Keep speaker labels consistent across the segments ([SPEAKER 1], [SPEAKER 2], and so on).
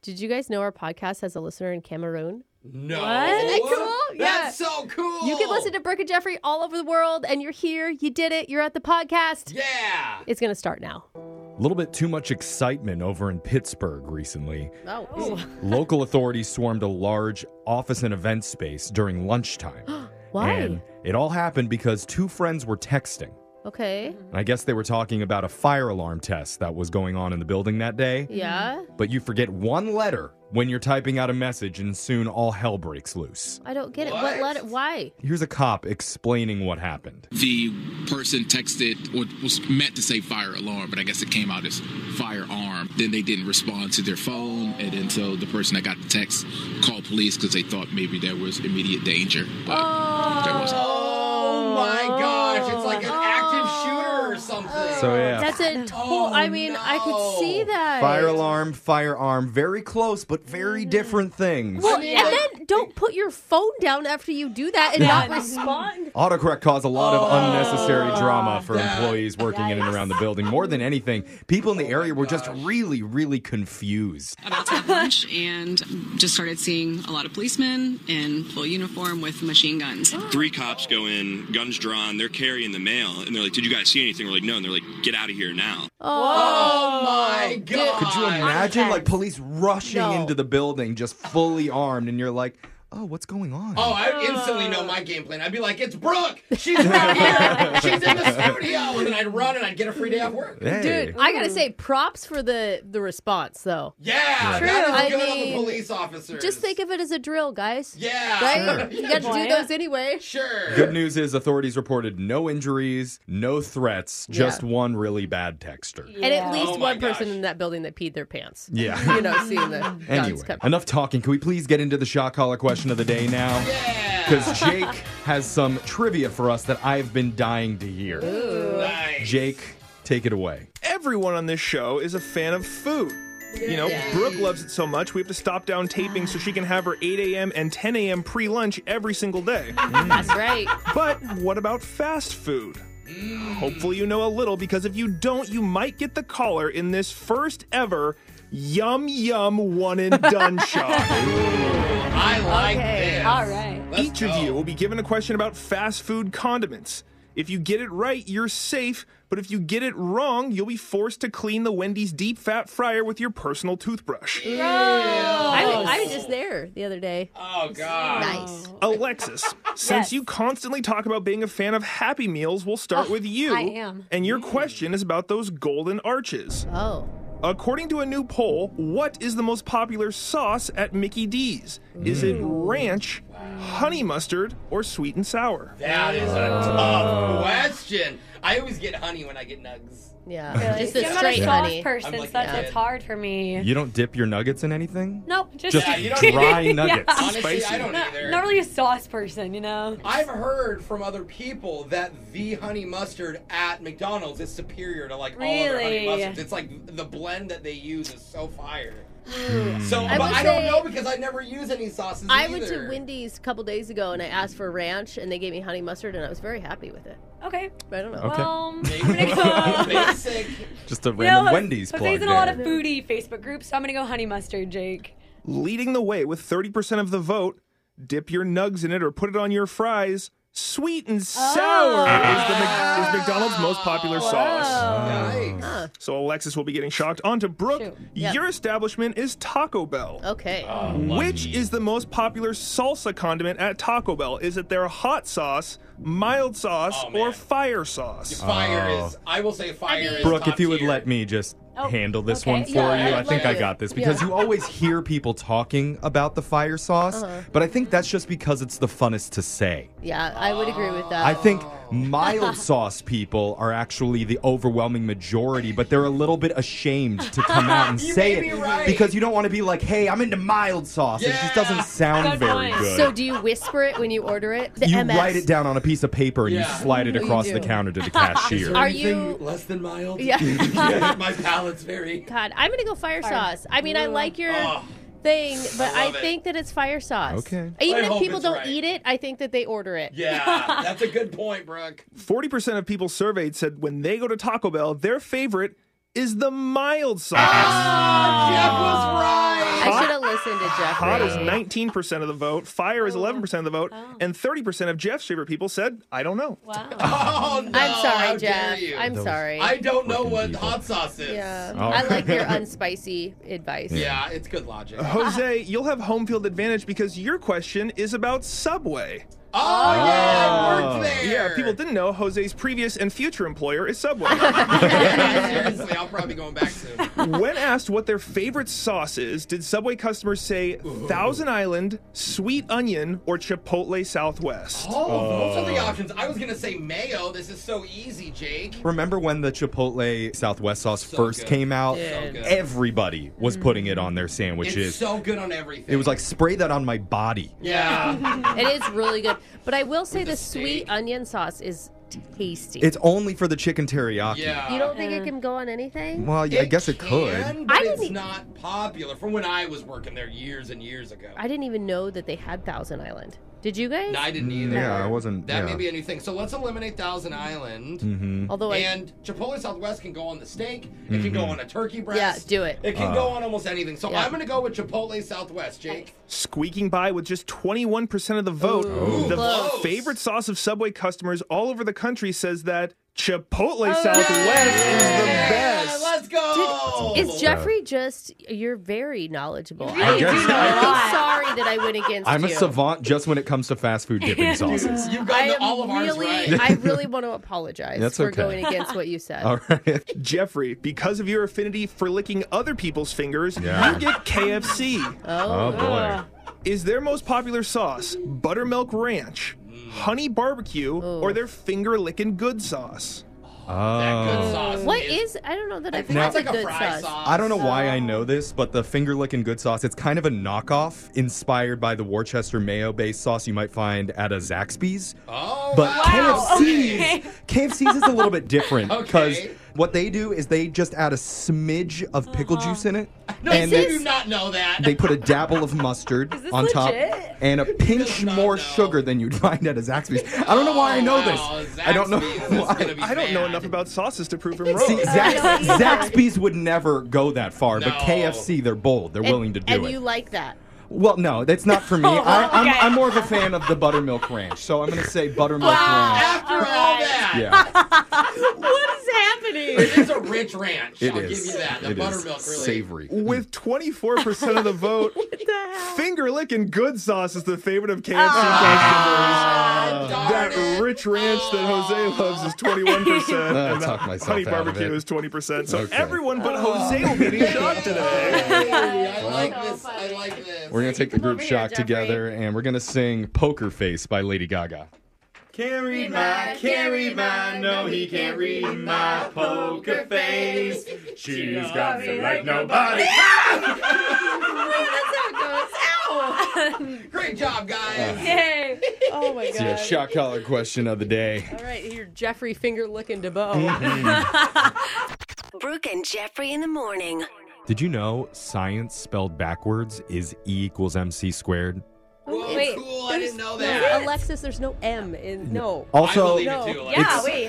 [SPEAKER 1] Did you guys know our podcast has a listener in Cameroon?
[SPEAKER 2] No.
[SPEAKER 1] Isn't it cool? Yeah.
[SPEAKER 2] That's so cool.
[SPEAKER 1] You can listen to Brooke and Jeffrey all over the world, and you're here. You did it. You're at the podcast.
[SPEAKER 2] Yeah.
[SPEAKER 1] It's going to start now.
[SPEAKER 3] A little bit too much excitement over in Pittsburgh recently.
[SPEAKER 1] Oh.
[SPEAKER 3] Local authorities swarmed a large office and event space during lunchtime.
[SPEAKER 1] Why?
[SPEAKER 3] And it all happened because two friends were texting.
[SPEAKER 1] Okay.
[SPEAKER 3] And I guess they were talking about a fire alarm test that was going on in the building that day.
[SPEAKER 1] Yeah.
[SPEAKER 3] But you forget one letter when you're typing out a message, and soon all hell breaks loose.
[SPEAKER 1] I don't get it. What
[SPEAKER 2] What?
[SPEAKER 1] letter? Why?
[SPEAKER 3] Here's a cop explaining what happened.
[SPEAKER 4] the person texted or was meant to say fire alarm, but I guess it came out as firearm. Then they didn't respond to their phone, and then so the person that got the text called police because they thought maybe there was immediate danger. But there wasn't.
[SPEAKER 2] Oh my gosh. It's like an active shooter or something.
[SPEAKER 3] So, yeah.
[SPEAKER 1] Oh. That's a total. I mean, I could see
[SPEAKER 2] Oh, no.
[SPEAKER 1] that.
[SPEAKER 3] Fire alarm, firearm, very close, but very different things.
[SPEAKER 1] Mm. Well,
[SPEAKER 2] I mean,
[SPEAKER 1] and
[SPEAKER 2] like-
[SPEAKER 1] then don't put your phone down after you do that and not respond.
[SPEAKER 3] Autocorrect caused a lot of unnecessary drama for employees working in and around the building. More than anything, people in the area were just really, really confused.
[SPEAKER 5] about to have lunch and just started seeing a lot of policemen in full uniform with machine guns.
[SPEAKER 6] Three cops go in, guns drawn. They're carrying the mail, and they're like, "Did you guys see anything?" We're like, "No." And they're like, "Get out of here now!"
[SPEAKER 2] Oh my god.
[SPEAKER 3] Could you imagine like police rushing
[SPEAKER 1] No.
[SPEAKER 3] into the building just fully armed and you're like, "Oh, what's going on?"
[SPEAKER 2] Oh, I instantly know my game plan. I'd be like, "It's Brooke. She's right here. She's in the studio." And then I'd run, and I'd get a free day off work. Yeah,
[SPEAKER 3] Hey.
[SPEAKER 1] Dude, I gotta say, props for the the response though.
[SPEAKER 2] that
[SPEAKER 1] I
[SPEAKER 2] is good on
[SPEAKER 1] mean,
[SPEAKER 2] the police officers.
[SPEAKER 1] Just think of it as a drill, guys.
[SPEAKER 2] yeah,
[SPEAKER 1] Right? You got to do
[SPEAKER 7] Why
[SPEAKER 1] those anyway.
[SPEAKER 2] sure.
[SPEAKER 3] Good news is authorities reported no injuries, no threats, just one really bad texter.
[SPEAKER 1] And at least
[SPEAKER 2] Oh
[SPEAKER 1] one
[SPEAKER 2] my
[SPEAKER 1] person
[SPEAKER 2] gosh.
[SPEAKER 1] in that building that peed their pants.
[SPEAKER 3] Yeah.
[SPEAKER 1] You know, seeing the guns
[SPEAKER 3] Anyway,
[SPEAKER 1] come.
[SPEAKER 3] enough talking. Can we please get into the shot collar question of the day now? Because Jake has some trivia for us that I've been dying to hear.
[SPEAKER 2] Nice.
[SPEAKER 3] Jake, take it away.
[SPEAKER 8] everyone on this show is a fan of food. You know, Brooke loves it so much, we have to stop down taping so she can have her 8 a.m. and 10 a.m. pre lunch every single day.
[SPEAKER 1] That's right.
[SPEAKER 8] but what about fast food? Hopefully, you know a little because if you don't, you might get the caller in this first ever Yum Yum One and Done shot.
[SPEAKER 2] I like this.
[SPEAKER 7] All right.
[SPEAKER 2] Let's
[SPEAKER 8] Each of
[SPEAKER 2] go.
[SPEAKER 8] you will be given a question about fast food condiments. If you get it right, you're safe, but if you get it wrong, you'll be forced to clean the Wendy's deep fat fryer with your personal toothbrush.
[SPEAKER 1] I, was- I was just there the other day.
[SPEAKER 2] Oh god.
[SPEAKER 1] Nice.
[SPEAKER 8] Alexis, since
[SPEAKER 7] Yes.
[SPEAKER 8] you constantly talk about being a fan of Happy Meals, we'll start with you.
[SPEAKER 7] I am.
[SPEAKER 8] And
[SPEAKER 2] Mm.
[SPEAKER 8] your question is about those golden arches.
[SPEAKER 1] Oh.
[SPEAKER 8] According to a new poll, what is the most popular sauce at Mickey D's? Is it
[SPEAKER 2] Mm.
[SPEAKER 8] ranch, honey mustard, or sweet and sour?
[SPEAKER 2] That is a
[SPEAKER 8] Oh.
[SPEAKER 2] tough question. I always get honey when I get nugs.
[SPEAKER 1] Yeah. Just
[SPEAKER 7] Really?
[SPEAKER 1] a
[SPEAKER 7] I'm not a
[SPEAKER 1] straight
[SPEAKER 7] sauce
[SPEAKER 1] honey.
[SPEAKER 7] person,
[SPEAKER 2] I'm like
[SPEAKER 7] so that's,
[SPEAKER 2] that.
[SPEAKER 7] it's hard for me.
[SPEAKER 3] You don't dip your nuggets in anything?
[SPEAKER 7] Nope, just,
[SPEAKER 3] Just
[SPEAKER 2] Yeah, you don't-
[SPEAKER 3] dry nuggets.
[SPEAKER 2] Honestly,
[SPEAKER 8] Spicy.
[SPEAKER 2] I don't
[SPEAKER 7] not,
[SPEAKER 2] either.
[SPEAKER 7] not really a sauce person, you know.
[SPEAKER 2] I've heard from other people that the honey mustard at McDonald's is superior to like all other honey
[SPEAKER 7] Really?
[SPEAKER 2] mustards. It's like the blend that they use is so fire. so,
[SPEAKER 1] I
[SPEAKER 2] but
[SPEAKER 1] would
[SPEAKER 2] I don't
[SPEAKER 1] say-
[SPEAKER 2] know because I never use any sauces.
[SPEAKER 1] I went to
[SPEAKER 2] either.
[SPEAKER 1] Wendy's a couple days ago and I asked for ranch and they gave me honey mustard and I was very happy with it.
[SPEAKER 7] Okay.
[SPEAKER 1] But I don't know.
[SPEAKER 3] Okay.
[SPEAKER 7] Well, Um, I'm
[SPEAKER 2] Basic.
[SPEAKER 7] gonna go.
[SPEAKER 2] Basic.
[SPEAKER 3] Just a
[SPEAKER 7] You know,
[SPEAKER 3] random Wendy's
[SPEAKER 7] but
[SPEAKER 3] plug
[SPEAKER 7] there's in a lot
[SPEAKER 3] there.
[SPEAKER 7] of foodie Facebook groups, so I'm gonna go honey mustard, Jake.
[SPEAKER 8] leading the way with 30% of the vote. Dip your nugs in it or put it on your fries. Sweet and sour is, the, Mc- is McDonald's most popular sauce.
[SPEAKER 2] Nice.
[SPEAKER 8] So Alexis will be getting shocked. On to Brooke.
[SPEAKER 7] Shoot.
[SPEAKER 1] Yep.
[SPEAKER 8] Your establishment is Taco Bell.
[SPEAKER 1] Okay.
[SPEAKER 2] Uh,
[SPEAKER 8] Which is the most popular salsa condiment at Taco Bell? Is it their hot sauce, mild sauce,
[SPEAKER 2] Oh, man.
[SPEAKER 8] or fire sauce?
[SPEAKER 2] Fire is. I will say fire is.
[SPEAKER 3] Brooke,
[SPEAKER 2] top
[SPEAKER 3] if you would
[SPEAKER 2] tier.
[SPEAKER 3] let me just handle this
[SPEAKER 7] Oh, okay.
[SPEAKER 3] one for
[SPEAKER 1] Yeah,
[SPEAKER 3] you,
[SPEAKER 1] I'd
[SPEAKER 3] I think
[SPEAKER 1] love
[SPEAKER 3] I
[SPEAKER 1] to.
[SPEAKER 3] got this because
[SPEAKER 1] Yeah.
[SPEAKER 3] you always hear people talking about the fire sauce,
[SPEAKER 7] Uh-huh.
[SPEAKER 3] but I think that's just because it's the funnest to say.
[SPEAKER 1] Yeah, I would agree with that.
[SPEAKER 3] I think
[SPEAKER 2] Oh.
[SPEAKER 3] mild sauce people are actually the overwhelming majority, but they're a little bit ashamed to come out and
[SPEAKER 2] You
[SPEAKER 3] say
[SPEAKER 2] may be
[SPEAKER 3] it
[SPEAKER 2] right.
[SPEAKER 3] because you don't want to be like, "Hey, I'm into mild sauce." It just
[SPEAKER 2] Yeah.
[SPEAKER 3] doesn't sound
[SPEAKER 7] Good
[SPEAKER 3] very
[SPEAKER 7] point.
[SPEAKER 3] good.
[SPEAKER 1] so do you whisper it when you order it? The
[SPEAKER 3] you
[SPEAKER 1] MS.
[SPEAKER 3] write it down on a piece of paper and
[SPEAKER 2] Yeah.
[SPEAKER 3] you slide it
[SPEAKER 1] You
[SPEAKER 3] across
[SPEAKER 1] do.
[SPEAKER 3] the counter to the
[SPEAKER 2] Is
[SPEAKER 3] cashier.
[SPEAKER 2] there
[SPEAKER 1] Are
[SPEAKER 2] anything
[SPEAKER 1] you-
[SPEAKER 2] less than mild?
[SPEAKER 1] Yeah.
[SPEAKER 2] My palate's very.
[SPEAKER 1] God, I'm gonna go fire, sauce. I mean, I like your
[SPEAKER 2] Oh.
[SPEAKER 1] thing, but I,
[SPEAKER 2] love it.
[SPEAKER 1] think that it's fire sauce.
[SPEAKER 3] Okay.
[SPEAKER 1] Even
[SPEAKER 2] I
[SPEAKER 1] if
[SPEAKER 2] hope
[SPEAKER 1] people
[SPEAKER 2] it's
[SPEAKER 1] don't
[SPEAKER 2] right.
[SPEAKER 1] eat it, I think that they order it.
[SPEAKER 2] Yeah, that's a good point, Brooke.
[SPEAKER 8] 40% of people surveyed said when they go to Taco Bell, their favorite is the mild sauce.
[SPEAKER 2] Jeff Ah, was right.
[SPEAKER 8] Hot-
[SPEAKER 1] Oh, I should have listened to Jeffrey.
[SPEAKER 8] Hot is 19% of the vote, fire is 11% of the vote, and 30% of Jeff's favorite people said, I don't know.
[SPEAKER 7] Wow.
[SPEAKER 2] Oh, no.
[SPEAKER 1] I'm sorry,
[SPEAKER 2] how dare
[SPEAKER 1] Jeff.
[SPEAKER 2] you.
[SPEAKER 1] I'm
[SPEAKER 3] Those-
[SPEAKER 1] sorry.
[SPEAKER 2] I don't know what
[SPEAKER 3] people.
[SPEAKER 2] hot sauce is.
[SPEAKER 1] yeah,
[SPEAKER 3] Oh.
[SPEAKER 1] I like your unspicy advice.
[SPEAKER 2] Yeah, it's good logic. Oh,
[SPEAKER 8] Jose, you'll have home field advantage because your question is about Subway.
[SPEAKER 2] Oh, yeah, it worked there.
[SPEAKER 8] Yeah, if people didn't know Jose's previous and future employer is Subway.
[SPEAKER 2] Yeah, seriously, I'm probably going back soon.
[SPEAKER 8] when asked what their favorite sauce is, did Subway customers say Thousand Island, Sweet Onion, or Chipotle Southwest? Uh,
[SPEAKER 2] Oh, those are the options. I was gonna say mayo. This is so easy, Jake.
[SPEAKER 3] Remember when the Chipotle Southwest sauce
[SPEAKER 2] So
[SPEAKER 3] first
[SPEAKER 2] good.
[SPEAKER 3] came out?
[SPEAKER 2] So good. Mm-hmm.
[SPEAKER 3] Everybody was putting it on their
[SPEAKER 2] It's
[SPEAKER 3] sandwiches.
[SPEAKER 2] so good on everything.
[SPEAKER 3] it was like spray that on my body.
[SPEAKER 2] yeah.
[SPEAKER 1] It is really good. But I will say
[SPEAKER 2] With
[SPEAKER 1] the,
[SPEAKER 2] the
[SPEAKER 1] sweet
[SPEAKER 2] steak.
[SPEAKER 1] onion sauce is tasty.
[SPEAKER 3] It's only for the chicken teriyaki.
[SPEAKER 2] Yeah.
[SPEAKER 1] you don't think it can go on anything?
[SPEAKER 3] Well, yeah, I guess it could.
[SPEAKER 2] Can, but
[SPEAKER 1] I didn't
[SPEAKER 2] it's
[SPEAKER 1] e-
[SPEAKER 2] not popular from when I was working there years and years ago.
[SPEAKER 1] I didn't even know that they had Thousand Island. Did you guys?
[SPEAKER 2] No, I didn't either.
[SPEAKER 3] Mm, yeah, I wasn't-
[SPEAKER 2] That
[SPEAKER 3] yeah.
[SPEAKER 2] may
[SPEAKER 3] Mm-hmm.
[SPEAKER 2] be a new thing. So let's eliminate Thousand Island.
[SPEAKER 1] Although I,
[SPEAKER 2] And Chipotle Southwest can go on the steak. It can go on a turkey breast.
[SPEAKER 1] do it.
[SPEAKER 2] It can go
[SPEAKER 3] Ah.
[SPEAKER 2] on almost anything. So
[SPEAKER 1] yeah.
[SPEAKER 2] I'm gonna go with Chipotle Southwest, Jake.
[SPEAKER 8] Squeaking by with just 21% of the vote, the
[SPEAKER 2] Oh, Close.
[SPEAKER 8] favorite sauce of Subway customers all over the country says that Chipotle Southwest is the
[SPEAKER 2] Oh, Yeah,
[SPEAKER 8] best.
[SPEAKER 2] let's go.
[SPEAKER 1] is Jeffrey just? You're very knowledgeable.
[SPEAKER 7] You really
[SPEAKER 1] I
[SPEAKER 3] guess
[SPEAKER 1] am
[SPEAKER 3] so.
[SPEAKER 1] so sorry that I went against
[SPEAKER 3] I'm a
[SPEAKER 1] you.
[SPEAKER 3] savant just when it comes to fast food dipping sauces.
[SPEAKER 2] You've
[SPEAKER 1] I
[SPEAKER 2] gotten
[SPEAKER 1] am
[SPEAKER 2] all of ours
[SPEAKER 1] really,
[SPEAKER 2] right.
[SPEAKER 1] I really want to apologize
[SPEAKER 3] That's
[SPEAKER 1] for
[SPEAKER 3] okay.
[SPEAKER 1] going against what you said.
[SPEAKER 3] All right.
[SPEAKER 8] Jeffrey, because of your affinity for licking other people's fingers,
[SPEAKER 3] Yeah.
[SPEAKER 8] you get KFC.
[SPEAKER 3] Oh, boy.
[SPEAKER 8] Is their most popular sauce buttermilk ranch, honey barbecue, or their finger licking good sauce?
[SPEAKER 2] That good
[SPEAKER 3] Oh.
[SPEAKER 2] sauce.
[SPEAKER 1] What is? I don't know that I've had
[SPEAKER 2] That's like
[SPEAKER 1] the
[SPEAKER 2] a
[SPEAKER 1] good
[SPEAKER 2] fry
[SPEAKER 1] sauce.
[SPEAKER 2] sauce.
[SPEAKER 3] I don't know why I know this, but the finger licking good sauce, it's kind of a knockoff inspired by the Worcester mayo based sauce you might find at a Zaxby's.
[SPEAKER 2] Oh,
[SPEAKER 3] But
[SPEAKER 2] wow.
[SPEAKER 3] KFC's
[SPEAKER 7] okay.
[SPEAKER 3] KFC's is a little bit different because
[SPEAKER 2] Okay.
[SPEAKER 3] what they do is they just add a smidge of pickle juice in it.
[SPEAKER 2] No,
[SPEAKER 3] and
[SPEAKER 2] you
[SPEAKER 3] they-
[SPEAKER 2] do not know that.
[SPEAKER 3] they put a dabble of mustard
[SPEAKER 7] this
[SPEAKER 3] on top
[SPEAKER 7] legit?
[SPEAKER 3] and a pinch
[SPEAKER 2] does not
[SPEAKER 3] more
[SPEAKER 2] know.
[SPEAKER 3] sugar than you'd find at a Zaxby's. I don't know why I know
[SPEAKER 2] Oh, wow,
[SPEAKER 3] this. I don't know.
[SPEAKER 2] Zaxby's is
[SPEAKER 3] why.
[SPEAKER 2] gonna be
[SPEAKER 8] I don't know
[SPEAKER 2] bad.
[SPEAKER 8] enough about sauces to prove him wrong.
[SPEAKER 3] See, Zax- Zaxby's would never go that far, but
[SPEAKER 2] No.
[SPEAKER 3] KFC, they're bold. They're
[SPEAKER 1] And-
[SPEAKER 3] willing to do
[SPEAKER 1] and
[SPEAKER 3] it.
[SPEAKER 1] you like that.
[SPEAKER 3] well, no, that's not for me. I, I'm,
[SPEAKER 7] okay.
[SPEAKER 3] I'm more of a fan of the buttermilk ranch, so I'm going to say buttermilk ranch.
[SPEAKER 2] After all that,
[SPEAKER 3] Yeah,
[SPEAKER 7] what is happening?
[SPEAKER 2] it is a rich ranch.
[SPEAKER 3] it
[SPEAKER 2] I'll
[SPEAKER 3] is.
[SPEAKER 2] give you that. The
[SPEAKER 3] It is
[SPEAKER 2] buttermilk really.
[SPEAKER 3] savory.
[SPEAKER 8] With 24% of the vote, finger licking good sauce is the favorite of KFC
[SPEAKER 2] Ah,
[SPEAKER 8] customers.
[SPEAKER 2] darn
[SPEAKER 8] that
[SPEAKER 2] it. Ah.
[SPEAKER 8] rich ranch that Jose loves is 21%.
[SPEAKER 3] I
[SPEAKER 8] and the
[SPEAKER 3] talked Ah, myself
[SPEAKER 8] honey
[SPEAKER 3] out of
[SPEAKER 8] barbecue
[SPEAKER 3] it.
[SPEAKER 8] is 20%. So
[SPEAKER 3] Okay.
[SPEAKER 8] everyone but Jose will be getting shot today.
[SPEAKER 2] Hey, Oh. I like this. I like this.
[SPEAKER 3] We're going to take the group
[SPEAKER 1] over here,
[SPEAKER 3] shock
[SPEAKER 1] Jeffrey.
[SPEAKER 3] together, and we're going to sing Poker Face by Lady Gaga.
[SPEAKER 9] Carry my, carry my, no, he can't read my poker face. She's got me like nobody.
[SPEAKER 2] Great job, guys.
[SPEAKER 7] Yay. Oh my
[SPEAKER 3] It's your shock collar question of the day.
[SPEAKER 1] All right, here, Jeffrey finger looking DeBow.
[SPEAKER 10] Brooke and Jeffrey in the morning.
[SPEAKER 3] Did you know science spelled backwards is E equals MC squared?
[SPEAKER 2] Whoa,
[SPEAKER 1] Wait,
[SPEAKER 2] cool. I didn't know
[SPEAKER 1] No,
[SPEAKER 2] that.
[SPEAKER 1] Alexis, there's no M in no.
[SPEAKER 2] I
[SPEAKER 3] Also,
[SPEAKER 2] believe it too.
[SPEAKER 1] No.
[SPEAKER 2] Alexis.
[SPEAKER 7] Yeah, wait.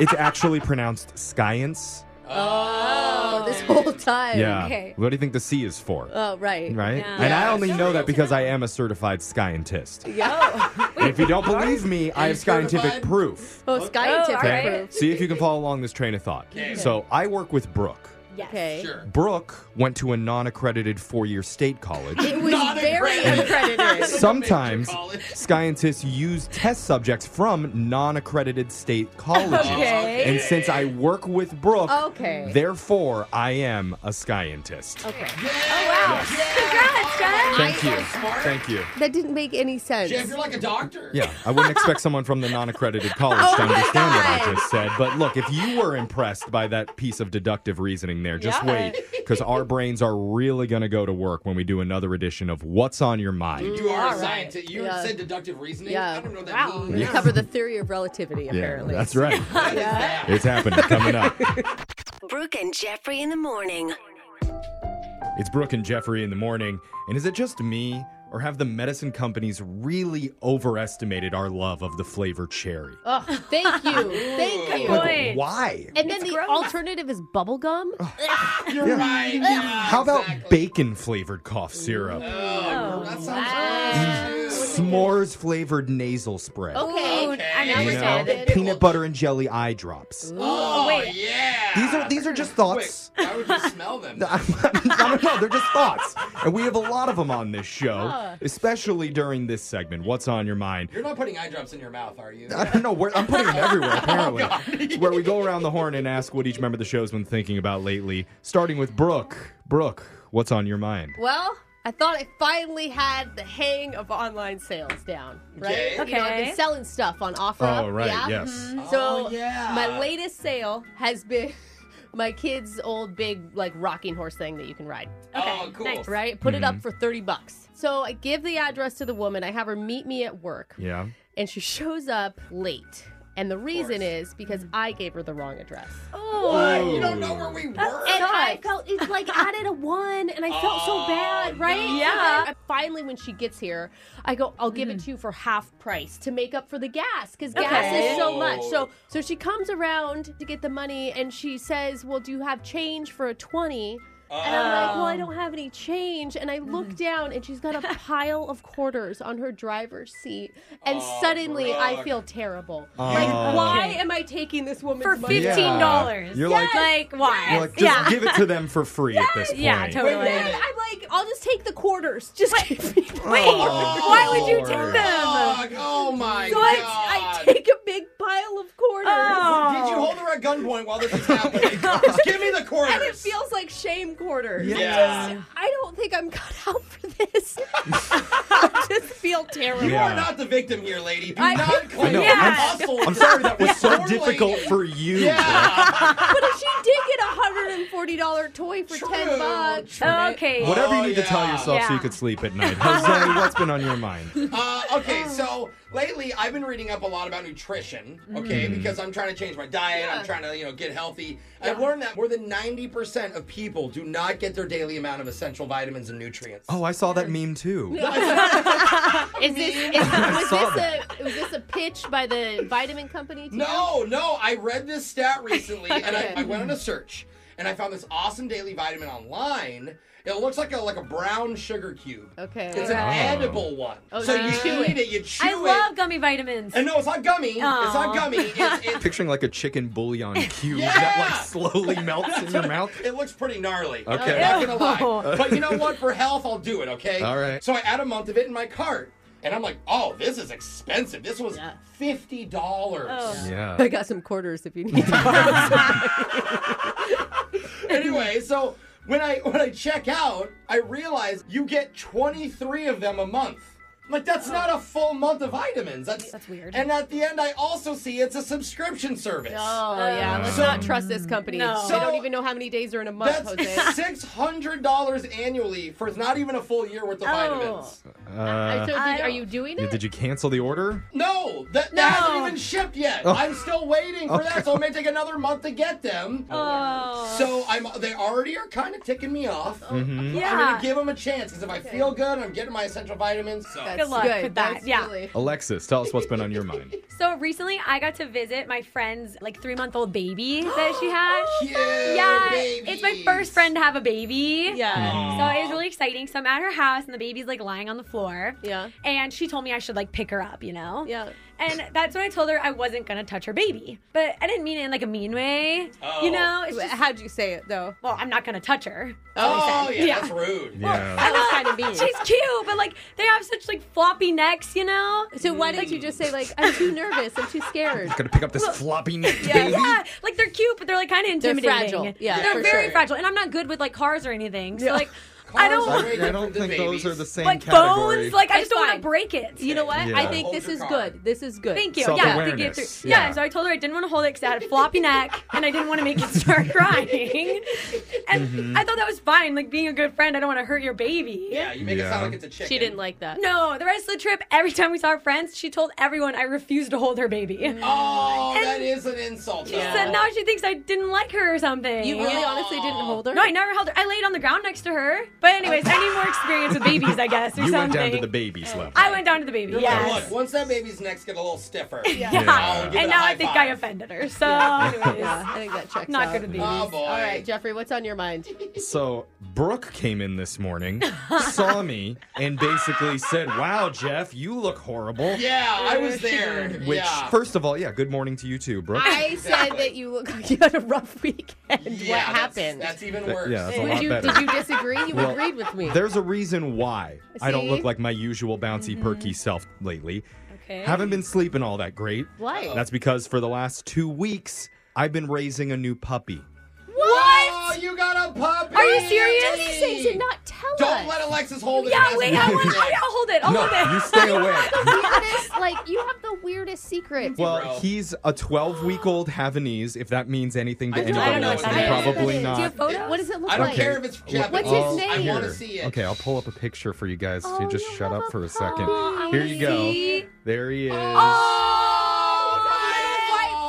[SPEAKER 3] it's actually pronounced science.
[SPEAKER 2] Oh,
[SPEAKER 1] This whole time.
[SPEAKER 3] Yeah.
[SPEAKER 7] Okay.
[SPEAKER 3] What do you think the C is for?
[SPEAKER 1] Oh, right.
[SPEAKER 3] right?
[SPEAKER 7] Yeah.
[SPEAKER 3] And I
[SPEAKER 2] Yeah.
[SPEAKER 3] only know that because I am a certified scientist.
[SPEAKER 1] Yeah.
[SPEAKER 3] And if you don't believe me, I have scientific
[SPEAKER 2] certified?
[SPEAKER 3] proof.
[SPEAKER 1] Oh, scientific
[SPEAKER 7] all right.
[SPEAKER 1] proof.
[SPEAKER 3] See if you can follow along this train of thought.
[SPEAKER 2] Okay.
[SPEAKER 3] So I work with Brooke.
[SPEAKER 7] Yes.
[SPEAKER 1] Okay.
[SPEAKER 2] Sure.
[SPEAKER 3] Brooke went to a non accredited four year state college.
[SPEAKER 1] It was
[SPEAKER 2] Not
[SPEAKER 1] very
[SPEAKER 2] accredited.
[SPEAKER 1] uncredited.
[SPEAKER 3] Sometimes
[SPEAKER 2] Major college.
[SPEAKER 3] scientists use test subjects from non accredited state colleges.
[SPEAKER 1] Okay.
[SPEAKER 3] And since I work with Brooke,
[SPEAKER 1] Okay.
[SPEAKER 3] therefore I am a scientist.
[SPEAKER 1] okay. Oh,
[SPEAKER 7] Congrats, guys.
[SPEAKER 3] Thank you.
[SPEAKER 2] smart.
[SPEAKER 3] Thank you.
[SPEAKER 1] That didn't make any sense.
[SPEAKER 2] Jeff, you're like a doctor.
[SPEAKER 3] Yeah, I wouldn't expect someone from the non-accredited college to understand what I
[SPEAKER 1] God.
[SPEAKER 3] just said. But look, if you were impressed by that piece of deductive reasoning there, just
[SPEAKER 7] Yeah.
[SPEAKER 3] wait, because our brains are really going to go to work when we do another edition of What's on Your
[SPEAKER 1] Mm,
[SPEAKER 3] Mind.
[SPEAKER 2] You are
[SPEAKER 7] All
[SPEAKER 2] a
[SPEAKER 7] right.
[SPEAKER 2] scientist. You
[SPEAKER 1] Yeah.
[SPEAKER 2] said deductive reasoning.
[SPEAKER 1] Yeah.
[SPEAKER 2] I don't know what that
[SPEAKER 7] Wow.
[SPEAKER 2] means.
[SPEAKER 1] We cover the theory of relativity, apparently.
[SPEAKER 3] that's right.
[SPEAKER 2] Yeah.
[SPEAKER 3] It's happening. Coming up,
[SPEAKER 10] Brooke and Jeffrey in the morning.
[SPEAKER 3] it's Brooke and Jeffrey in the morning. And is it just me, or have the medicine companies really overestimated our love of the flavor cherry?
[SPEAKER 1] Oh, thank you. Thank you.
[SPEAKER 3] Good point. why?
[SPEAKER 1] And then the alternative is bubble gum. You're
[SPEAKER 2] right.
[SPEAKER 3] How about bacon flavored cough syrup?
[SPEAKER 2] Oh, that sounds
[SPEAKER 3] S'mores flavored nasal spray.
[SPEAKER 2] Oh,
[SPEAKER 1] Okay.
[SPEAKER 7] I know
[SPEAKER 3] You
[SPEAKER 7] we're
[SPEAKER 3] know,
[SPEAKER 7] dead.
[SPEAKER 3] peanut butter and jelly eye drops.
[SPEAKER 2] Oh,
[SPEAKER 7] wait.
[SPEAKER 2] yeah.
[SPEAKER 3] These are these are just thoughts.
[SPEAKER 2] Wait, why would you smell them?
[SPEAKER 3] I don't know. They're just thoughts, and we have a lot of them on this show,
[SPEAKER 2] Huh.
[SPEAKER 3] especially during this segment. What's on your mind?
[SPEAKER 2] You're not putting eye drops in your mouth, are you?
[SPEAKER 3] I don't know where I'm putting them everywhere. Apparently, It's where we go around the horn and ask what each member of the show's been thinking about lately. Starting with Brooke. Brooke, what's on your mind?
[SPEAKER 1] Well, I thought I finally had the hang of online sales down, right?
[SPEAKER 7] Okay.
[SPEAKER 1] You know, I've
[SPEAKER 7] Okay.
[SPEAKER 1] been selling stuff on offer. Mm-hmm.
[SPEAKER 3] Oh, right, yes.
[SPEAKER 1] So
[SPEAKER 7] Oh, yeah.
[SPEAKER 1] my latest sale has been my kid's old big like rocking horse thing that you can ride.
[SPEAKER 7] Okay, Oh, cool. nice.
[SPEAKER 1] Right? Put it up
[SPEAKER 7] Mhm.
[SPEAKER 1] for 30 bucks. So I give the address to the woman. I have her meet me at work.
[SPEAKER 3] Yeah.
[SPEAKER 1] And she shows up late. And the reason is
[SPEAKER 7] Mm.
[SPEAKER 1] because I gave her the wrong address. Oh.
[SPEAKER 7] What? You don't know where
[SPEAKER 2] we
[SPEAKER 1] Uh, And I felt it's like added a one, and I felt so bad, right? So
[SPEAKER 7] Yeah. Mm-hmm.
[SPEAKER 1] then I- Oh, finally, when she gets here, I go, I'll give it to you for half price to make up for the gas because gas
[SPEAKER 7] Okay.
[SPEAKER 1] is so much. So
[SPEAKER 7] Oh.
[SPEAKER 1] so she comes around to get the money, and she says, "Well, do you have change for a 20? And I'm like, well, I
[SPEAKER 7] Oh.
[SPEAKER 1] don't have any change. And I look down, and she's got a pile of quarters on her driver's seat. And
[SPEAKER 7] Oh,
[SPEAKER 1] suddenly, I
[SPEAKER 7] Brooke.
[SPEAKER 1] feel terrible.
[SPEAKER 3] Oh.
[SPEAKER 1] Like, why
[SPEAKER 7] Okay.
[SPEAKER 1] am I taking this woman's
[SPEAKER 7] For
[SPEAKER 1] money?
[SPEAKER 3] Yeah. $15. You're like-
[SPEAKER 1] like why?
[SPEAKER 3] You're like, just give it to them for free at this point.
[SPEAKER 7] Yeah, totally.
[SPEAKER 1] Wait, wait, I'm like, I'll just take the quarters. Just wait.
[SPEAKER 3] Oh.
[SPEAKER 7] why would you take
[SPEAKER 3] Lord.
[SPEAKER 7] them?
[SPEAKER 2] Fuck, oh my
[SPEAKER 1] so I- I,
[SPEAKER 2] God.
[SPEAKER 1] take a big pile of quarters.
[SPEAKER 2] Did you hold her at gunpoint while this is happening? Just give me the quarters.
[SPEAKER 1] And it feels like shame quarters. I
[SPEAKER 2] Yeah.
[SPEAKER 1] just- I don't think I'm cut out for this. I just feel terrible.
[SPEAKER 2] You are not the victim here, lady. Do
[SPEAKER 1] I-
[SPEAKER 2] not claim
[SPEAKER 1] No,
[SPEAKER 2] to
[SPEAKER 1] I'm-
[SPEAKER 2] hustle.
[SPEAKER 3] I'm sorry that was so
[SPEAKER 2] Totally.
[SPEAKER 3] difficult for you.
[SPEAKER 1] but if she did get a hundred and forty dollar toy for ten bucks, okay.
[SPEAKER 3] Brooke. Whatever you
[SPEAKER 11] Oh,
[SPEAKER 3] need
[SPEAKER 2] Oh,
[SPEAKER 3] to tell yourself so you could sleep at night. Jose, what's been on your mind?
[SPEAKER 2] uh, okay, so lately I've been reading up a lot about nutrition, okay,
[SPEAKER 3] Mhm.
[SPEAKER 2] because I'm trying to change my diet,
[SPEAKER 1] Mm-hmm. Yeah.
[SPEAKER 2] I'm trying to, you know, get healthy. I've learned that more than 90% of people do not get their daily amount of essential vitamins and nutrients.
[SPEAKER 3] Oh, I saw that meme too.
[SPEAKER 1] Is this, is,
[SPEAKER 3] I
[SPEAKER 1] was
[SPEAKER 3] saw
[SPEAKER 1] this a was this a pitch by the vitamin company? To
[SPEAKER 2] No,
[SPEAKER 1] you?
[SPEAKER 2] no, I read this stat recently and I,
[SPEAKER 1] Okay.
[SPEAKER 2] I went on a search and I found this awesome daily vitamin online. It looks like a like a brown sugar cube.
[SPEAKER 1] Okay.
[SPEAKER 2] It's an
[SPEAKER 1] Oh.
[SPEAKER 2] edible one.
[SPEAKER 1] Oh,
[SPEAKER 2] so
[SPEAKER 1] so
[SPEAKER 2] you
[SPEAKER 1] you chew it.
[SPEAKER 2] eat it, you chew
[SPEAKER 11] I
[SPEAKER 2] it.
[SPEAKER 11] love gummy vitamins.
[SPEAKER 2] and no, it's not gummy. It's
[SPEAKER 11] Aw.
[SPEAKER 2] not gummy. It's,
[SPEAKER 3] Picturing like a chicken bouillon cube that like slowly melts in your mouth.
[SPEAKER 2] It looks pretty gnarly.
[SPEAKER 3] Okay.
[SPEAKER 2] I'm not gonna
[SPEAKER 3] Ew.
[SPEAKER 2] lie. But you know what? For health, I'll do it, okay?
[SPEAKER 3] All right.
[SPEAKER 2] So I add a month of it in my cart. And I'm like, oh, this is expensive. This was fifty dollars.
[SPEAKER 1] Oh.
[SPEAKER 3] Yeah.
[SPEAKER 1] I got some quarters if you need.
[SPEAKER 2] anyway, so when I when I check out, I realize you get 23 of them a month. I'm like that's not a full month of vitamins. That's that's weird. And at the end, I also see it's a subscription service.
[SPEAKER 1] Oh yeah, let's
[SPEAKER 3] Um,
[SPEAKER 2] So-
[SPEAKER 1] not trust this company.
[SPEAKER 2] No.
[SPEAKER 1] They don't even know how many days are in a month, Jose.
[SPEAKER 2] That's six hundred dollars annually for not even a full year worth of
[SPEAKER 1] Oh.
[SPEAKER 2] vitamins.
[SPEAKER 1] so
[SPEAKER 3] Uh,
[SPEAKER 1] did, are you doing
[SPEAKER 3] yeah,
[SPEAKER 1] it?
[SPEAKER 3] did you cancel the order?
[SPEAKER 2] No, that, that
[SPEAKER 1] No.
[SPEAKER 2] hasn't even shipped yet.
[SPEAKER 3] Oh.
[SPEAKER 2] I'm still waiting for that, so it may take another month to get them.
[SPEAKER 7] Oh.
[SPEAKER 2] So I'm they already are kind of ticking me off.
[SPEAKER 11] Oh.
[SPEAKER 7] Mhm.
[SPEAKER 3] Mm-hmm.
[SPEAKER 2] I'm
[SPEAKER 7] Yeah.
[SPEAKER 2] gonna give them a chance because if I feel good, I'm getting my essential vitamins. So.
[SPEAKER 11] Good luck with that. yeah.
[SPEAKER 3] Alexis, tell us what's been on your mind.
[SPEAKER 11] So recently, I got to visit my friend's like three month old baby that she had.
[SPEAKER 2] Cute
[SPEAKER 11] yeah, it's my first friend to have a baby.
[SPEAKER 7] Yeah.
[SPEAKER 11] So it was really exciting. So I'm at her house, and the baby's like lying on the floor.
[SPEAKER 1] Yeah.
[SPEAKER 11] And she told me I should like pick her up, you know.
[SPEAKER 1] Yeah.
[SPEAKER 11] And that's when I told her I wasn't gonna touch her baby, but I didn't mean it in like a mean way.
[SPEAKER 2] Oh.
[SPEAKER 11] You know, it's just,
[SPEAKER 1] how'd you say it though?
[SPEAKER 11] Well, I'm not gonna touch her. is what I
[SPEAKER 2] Oh
[SPEAKER 11] said.
[SPEAKER 2] yeah, that's rude.
[SPEAKER 1] That was kind of mean.
[SPEAKER 11] She's cute, but like they have such like floppy necks, you know.
[SPEAKER 1] So why didn't you just say like I'm too nervous, I'm too scared?
[SPEAKER 3] Gotta Mm. pick up this floppy neck,
[SPEAKER 11] Yeah,
[SPEAKER 3] baby.
[SPEAKER 11] yeah, like they're cute, but they're like kind of
[SPEAKER 1] They're
[SPEAKER 11] intimidating.
[SPEAKER 1] fragile. Yeah,
[SPEAKER 11] they're
[SPEAKER 1] for
[SPEAKER 11] very
[SPEAKER 1] sure.
[SPEAKER 11] fragile, and I'm not good with like cars or anything. So like, I don't
[SPEAKER 3] I, I don't think those are the same
[SPEAKER 11] like
[SPEAKER 3] category.
[SPEAKER 11] bones. Like I
[SPEAKER 1] It's
[SPEAKER 11] just don't want
[SPEAKER 1] fine.
[SPEAKER 11] to break it.
[SPEAKER 1] You know what?
[SPEAKER 3] Yeah.
[SPEAKER 1] I think this
[SPEAKER 11] Hold
[SPEAKER 1] is good. This is good.
[SPEAKER 11] Thank you. Yeah, to get
[SPEAKER 3] Self-awareness.
[SPEAKER 11] through- yeah.
[SPEAKER 3] Yeah.
[SPEAKER 11] So I told her I didn't want to hold it because I had a floppy neck and I didn't want to make it start crying. And
[SPEAKER 3] Mhm.
[SPEAKER 11] I thought that was fine. Like being a good friend, I don't want to hurt your baby.
[SPEAKER 2] Yeah, you make it sound like it's a chicken.
[SPEAKER 1] She didn't like that.
[SPEAKER 11] No, the rest of the trip, every time we saw her friends, she told everyone I refused to hold her baby.
[SPEAKER 2] Oh,
[SPEAKER 11] And
[SPEAKER 2] that is an insult.
[SPEAKER 11] She said now she thinks I didn't like her or something.
[SPEAKER 1] You really honestly didn't hold her?
[SPEAKER 11] No, I never held her. I laid on the ground next to her, but But anyways, I need more experience with babies, I guess, or
[SPEAKER 3] you
[SPEAKER 11] something.
[SPEAKER 3] went down to the babies level.
[SPEAKER 11] I went down to the baby.
[SPEAKER 2] You're
[SPEAKER 11] yes.
[SPEAKER 2] like, look, once that baby's necks get a little stiffer.
[SPEAKER 11] Yeah.
[SPEAKER 2] I'll give it a
[SPEAKER 11] And now
[SPEAKER 2] high
[SPEAKER 11] I think
[SPEAKER 2] five.
[SPEAKER 11] I offended her. So, anyways.
[SPEAKER 1] Yeah, I think that checks
[SPEAKER 11] Not
[SPEAKER 1] out.
[SPEAKER 11] good at babies.
[SPEAKER 1] Oh, boy. All right, Jeffrey, what's on your mind?
[SPEAKER 3] So Brooke came in this morning, saw me, and basically said, "Wow, Jeff, you look horrible."
[SPEAKER 2] Yeah, I was there.
[SPEAKER 3] Which,
[SPEAKER 2] yeah.
[SPEAKER 3] first of all, yeah, good morning to you too, Brooke.
[SPEAKER 1] I said that you look like you had a rough weekend.
[SPEAKER 2] Yeah,
[SPEAKER 1] what
[SPEAKER 2] that's-
[SPEAKER 1] happened?
[SPEAKER 2] that's even
[SPEAKER 3] Th- worse. yeah, that's a
[SPEAKER 1] Would
[SPEAKER 3] lot
[SPEAKER 1] you,
[SPEAKER 3] better.
[SPEAKER 1] Did you disagree? You
[SPEAKER 3] Well,
[SPEAKER 1] agreed with me.
[SPEAKER 3] There's a reason why I don't
[SPEAKER 1] See? Mm-hmm.
[SPEAKER 3] look like my usual bouncy, perky self lately.
[SPEAKER 1] Okay.
[SPEAKER 3] Haven't been sleeping all that great.
[SPEAKER 1] Why?
[SPEAKER 3] That's because for the last two weeks, I've been raising a new puppy.
[SPEAKER 1] What?
[SPEAKER 2] Oh, you got a puppy.
[SPEAKER 11] Are you serious?
[SPEAKER 1] Do these things and not tell
[SPEAKER 2] Don't
[SPEAKER 1] us.
[SPEAKER 2] let Alexis hold it.
[SPEAKER 11] Yeah,
[SPEAKER 2] That's
[SPEAKER 11] wait,
[SPEAKER 2] not
[SPEAKER 11] I want,
[SPEAKER 2] good.
[SPEAKER 11] I, I'll hold it. I'll
[SPEAKER 3] no,
[SPEAKER 11] hold it.
[SPEAKER 3] you stay away.
[SPEAKER 1] Weirdest, like you have the weirdest secrets.
[SPEAKER 3] Well, he's a 12 week old Havanese, if that means anything to
[SPEAKER 1] I don't-
[SPEAKER 3] anybody
[SPEAKER 1] I don't know what
[SPEAKER 3] listening.
[SPEAKER 1] that is.
[SPEAKER 3] Probably
[SPEAKER 1] Do you
[SPEAKER 3] not.
[SPEAKER 1] have photos? What does it look oh,
[SPEAKER 3] I don't
[SPEAKER 1] like?
[SPEAKER 3] care if it's
[SPEAKER 1] What's
[SPEAKER 3] I'll-
[SPEAKER 1] his name? Oh,
[SPEAKER 3] here. Okay, I'll pull up a picture for you guys. to just shut up for a second.
[SPEAKER 1] I
[SPEAKER 3] Here
[SPEAKER 1] wanna
[SPEAKER 3] you go.
[SPEAKER 1] see.
[SPEAKER 3] There he is.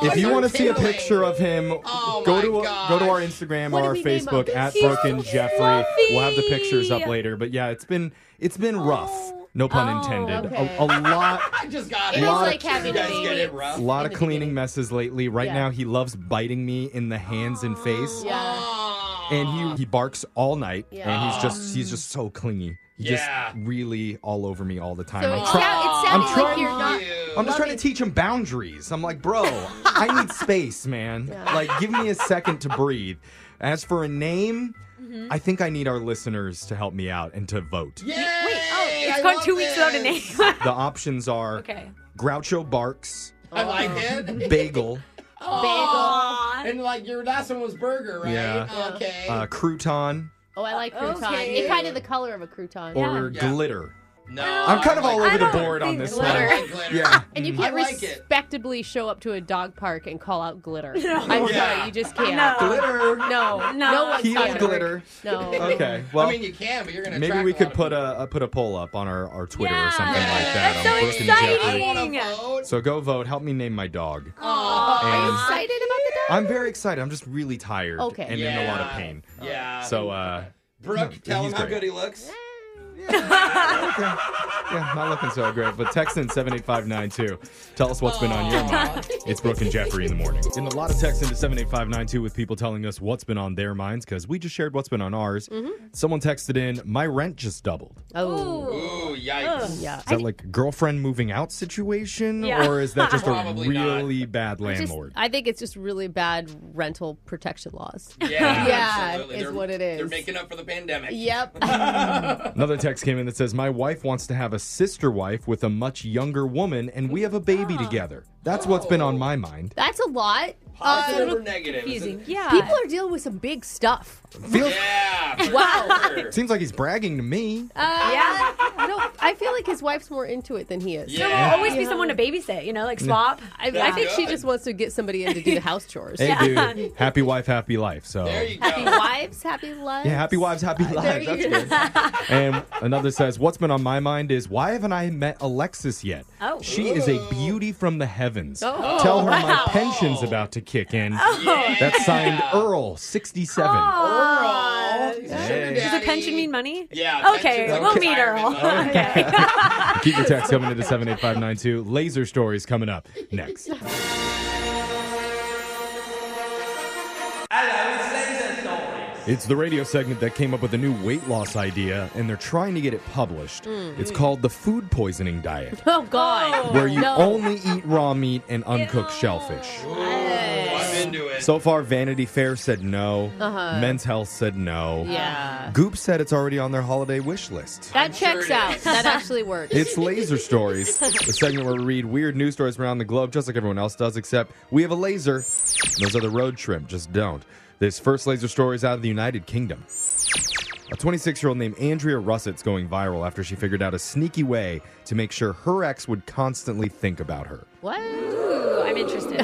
[SPEAKER 1] Oh,
[SPEAKER 3] if you
[SPEAKER 1] are
[SPEAKER 3] want to see a
[SPEAKER 1] tickling.
[SPEAKER 3] picture of him,
[SPEAKER 1] Oh
[SPEAKER 3] go
[SPEAKER 1] my
[SPEAKER 3] to go to our Instagram
[SPEAKER 1] What
[SPEAKER 3] or
[SPEAKER 1] did
[SPEAKER 3] our
[SPEAKER 1] we name
[SPEAKER 3] Facebook
[SPEAKER 1] him?
[SPEAKER 3] at
[SPEAKER 1] He's
[SPEAKER 3] Brooke
[SPEAKER 1] so
[SPEAKER 3] and Jeffrey. We'll have the pictures up later. But yeah, it's been it's been rough. No pun intended.
[SPEAKER 1] Oh, okay.
[SPEAKER 3] A, a lot.
[SPEAKER 2] I just got
[SPEAKER 3] It
[SPEAKER 2] it.
[SPEAKER 3] is
[SPEAKER 2] Lot of-
[SPEAKER 1] like having
[SPEAKER 2] you
[SPEAKER 1] a
[SPEAKER 2] guys
[SPEAKER 1] baby.
[SPEAKER 2] get it rough.
[SPEAKER 3] A lot of cleaning messes lately. Right
[SPEAKER 1] Yeah. Oh,
[SPEAKER 3] now, he loves biting me in the hands and face, and he he barks all night, and he's
[SPEAKER 1] Yeah.
[SPEAKER 3] just he's just so clingy. He
[SPEAKER 2] Yeah.
[SPEAKER 3] just really all over me all the time.
[SPEAKER 1] So
[SPEAKER 3] I'm
[SPEAKER 1] it,
[SPEAKER 3] try-
[SPEAKER 1] sou- it
[SPEAKER 3] I'm
[SPEAKER 1] sounded like
[SPEAKER 3] trying-
[SPEAKER 1] you're not.
[SPEAKER 3] I'm just trying to teach him boundaries. I'm like, bro, I need space, man. Like, give me a second to breathe. As for a name,
[SPEAKER 1] Mm-hmm.
[SPEAKER 3] I think I need our listeners to help me out and to vote.
[SPEAKER 2] Yeah.
[SPEAKER 11] Wait, oh, it's
[SPEAKER 2] I
[SPEAKER 11] gone
[SPEAKER 2] love
[SPEAKER 11] two weeks without a name.
[SPEAKER 2] this.
[SPEAKER 3] The options are
[SPEAKER 11] okay.
[SPEAKER 3] Groucho Barks,
[SPEAKER 2] I like
[SPEAKER 1] Oh.
[SPEAKER 2] it.
[SPEAKER 3] Bagel,
[SPEAKER 2] Aw. And like your last one was burger, right?
[SPEAKER 3] Yeah.
[SPEAKER 2] Okay.
[SPEAKER 3] uh, Crouton,
[SPEAKER 1] Oh, I like crouton.
[SPEAKER 2] Okay.
[SPEAKER 1] It's kind of the color of a crouton.
[SPEAKER 3] or Glitter.
[SPEAKER 2] No,
[SPEAKER 3] I'm kind of all over the board on this
[SPEAKER 1] glitter.
[SPEAKER 3] one. Yeah.
[SPEAKER 1] And you
[SPEAKER 2] Mm. I
[SPEAKER 1] can't
[SPEAKER 2] like it.
[SPEAKER 1] respectably show up to a dog park and call out glitter.
[SPEAKER 11] No.
[SPEAKER 1] I'm
[SPEAKER 2] Yeah.
[SPEAKER 1] sorry, you just can't.
[SPEAKER 2] No. Glitter.
[SPEAKER 1] No, no, one's
[SPEAKER 3] He
[SPEAKER 1] talking
[SPEAKER 3] liked
[SPEAKER 1] to her.
[SPEAKER 3] glitter.
[SPEAKER 1] No.
[SPEAKER 3] Okay, well-
[SPEAKER 2] I mean you can, but you're gonna
[SPEAKER 3] Maybe
[SPEAKER 2] attract
[SPEAKER 3] we
[SPEAKER 2] a
[SPEAKER 3] could
[SPEAKER 2] lot
[SPEAKER 3] put a, uh put a poll up on our, our Twitter or something
[SPEAKER 2] Yeah.
[SPEAKER 3] like that.
[SPEAKER 2] That's
[SPEAKER 3] on
[SPEAKER 2] so
[SPEAKER 3] Brooke and Jeffrey.
[SPEAKER 2] exciting. I wanna Oh.
[SPEAKER 3] So go vote. Help me name my dog.
[SPEAKER 1] Aw, Are you
[SPEAKER 3] And-
[SPEAKER 1] excited about the dog?
[SPEAKER 3] I'm very excited. I'm just really tired.
[SPEAKER 1] Okay.
[SPEAKER 3] And in a lot of
[SPEAKER 2] Yeah.
[SPEAKER 3] pain.
[SPEAKER 2] Yeah.
[SPEAKER 3] So, uh.
[SPEAKER 2] Brooke,
[SPEAKER 3] no,
[SPEAKER 2] tell him
[SPEAKER 3] he's
[SPEAKER 2] how
[SPEAKER 3] great.
[SPEAKER 2] good he looks.
[SPEAKER 3] Yeah, not looking so great. But text in 78592. Tell us what's been on your mind. It's Brooke and Jeffrey in the morning. And a lot of texts into 78592 with people telling us what's been on their minds because we just shared what's been on ours.
[SPEAKER 2] Mm-hmm.
[SPEAKER 1] Mhm.
[SPEAKER 3] Someone texted in, my rent just doubled.
[SPEAKER 1] Oh.
[SPEAKER 2] Ooh, yikes.
[SPEAKER 1] Yeah.
[SPEAKER 3] Is that like girlfriend moving out situation?
[SPEAKER 1] Yeah.
[SPEAKER 3] Or is that just a
[SPEAKER 2] Probably not.
[SPEAKER 3] really bad
[SPEAKER 1] I just-
[SPEAKER 3] landlord?
[SPEAKER 1] I think it's just really bad rental protection laws.
[SPEAKER 2] Yeah,
[SPEAKER 1] yeah,
[SPEAKER 2] absolutely.
[SPEAKER 1] is
[SPEAKER 2] They're-
[SPEAKER 1] what it is.
[SPEAKER 2] They're making up for the pandemic.
[SPEAKER 1] Yep.
[SPEAKER 3] Another text came in that says, My wife wants to have a sister wife with a much younger woman, and we have a baby
[SPEAKER 2] Ah.
[SPEAKER 3] together. That's what's been on my mind.
[SPEAKER 1] That's a lot.
[SPEAKER 2] Positive or negative? Is it-
[SPEAKER 1] Yeah. People are dealing with some big stuff.
[SPEAKER 3] Feels-
[SPEAKER 2] Yeah.
[SPEAKER 1] Wow.
[SPEAKER 3] Seems like he's bragging to me.
[SPEAKER 1] Uh,
[SPEAKER 11] Yeah.
[SPEAKER 1] No, I feel like his wife's more into it than he is.
[SPEAKER 3] There will Yeah.
[SPEAKER 11] always be someone to babysit, you know, like swap.
[SPEAKER 1] I, I
[SPEAKER 11] Yeah.
[SPEAKER 1] think she
[SPEAKER 11] Good.
[SPEAKER 1] just wants to get somebody in to do the house chores.
[SPEAKER 3] Hey, dude. Happy wife, happy life. So,
[SPEAKER 1] Happy wives, happy lives.
[SPEAKER 3] yeah, happy wives, happy lives. That's good. And another says, What's been on my mind is, Why haven't I met Alexis yet?
[SPEAKER 1] Oh.
[SPEAKER 3] She is a beauty from the heavens.
[SPEAKER 1] Oh.
[SPEAKER 3] Tell her my
[SPEAKER 1] Wow.
[SPEAKER 3] pension's about to kick in.
[SPEAKER 11] Oh. Yeah.
[SPEAKER 3] That's signed Earl, 67.
[SPEAKER 1] Oh,
[SPEAKER 11] Aw.
[SPEAKER 3] Hey.
[SPEAKER 11] Does a pension mean money?
[SPEAKER 2] Yeah.
[SPEAKER 11] Okay,
[SPEAKER 2] pension's like
[SPEAKER 11] we'll meet Earl.
[SPEAKER 2] retirement money.
[SPEAKER 3] Keep your text coming into 78592. Laser stories coming up next. It's the radio segment that came up with a new weight loss idea, and they're trying to get it published.
[SPEAKER 1] Mm.
[SPEAKER 3] It's called the food poisoning diet,
[SPEAKER 1] Oh God.
[SPEAKER 3] where you
[SPEAKER 1] no.
[SPEAKER 3] only eat raw meat and uncooked shellfish.
[SPEAKER 2] I'm into it.
[SPEAKER 3] So far, Vanity Fair said no.
[SPEAKER 1] Uh-huh.
[SPEAKER 3] Men's Health said no.
[SPEAKER 1] Yeah.
[SPEAKER 3] Goop said it's already on their holiday wish list.
[SPEAKER 1] That checks
[SPEAKER 2] it
[SPEAKER 1] out.
[SPEAKER 2] is.
[SPEAKER 1] That actually works.
[SPEAKER 3] It's Laser Stories, the segment where we read weird news stories around the globe, just like everyone else does, except we have a laser. And those other road shrimp just don't. This first laser story is out of the United Kingdom. A 26 year old named Andrea Russett's going viral after she figured out a sneaky way to make sure her ex would constantly think about her.
[SPEAKER 1] What?
[SPEAKER 11] Ooh, I'm interested.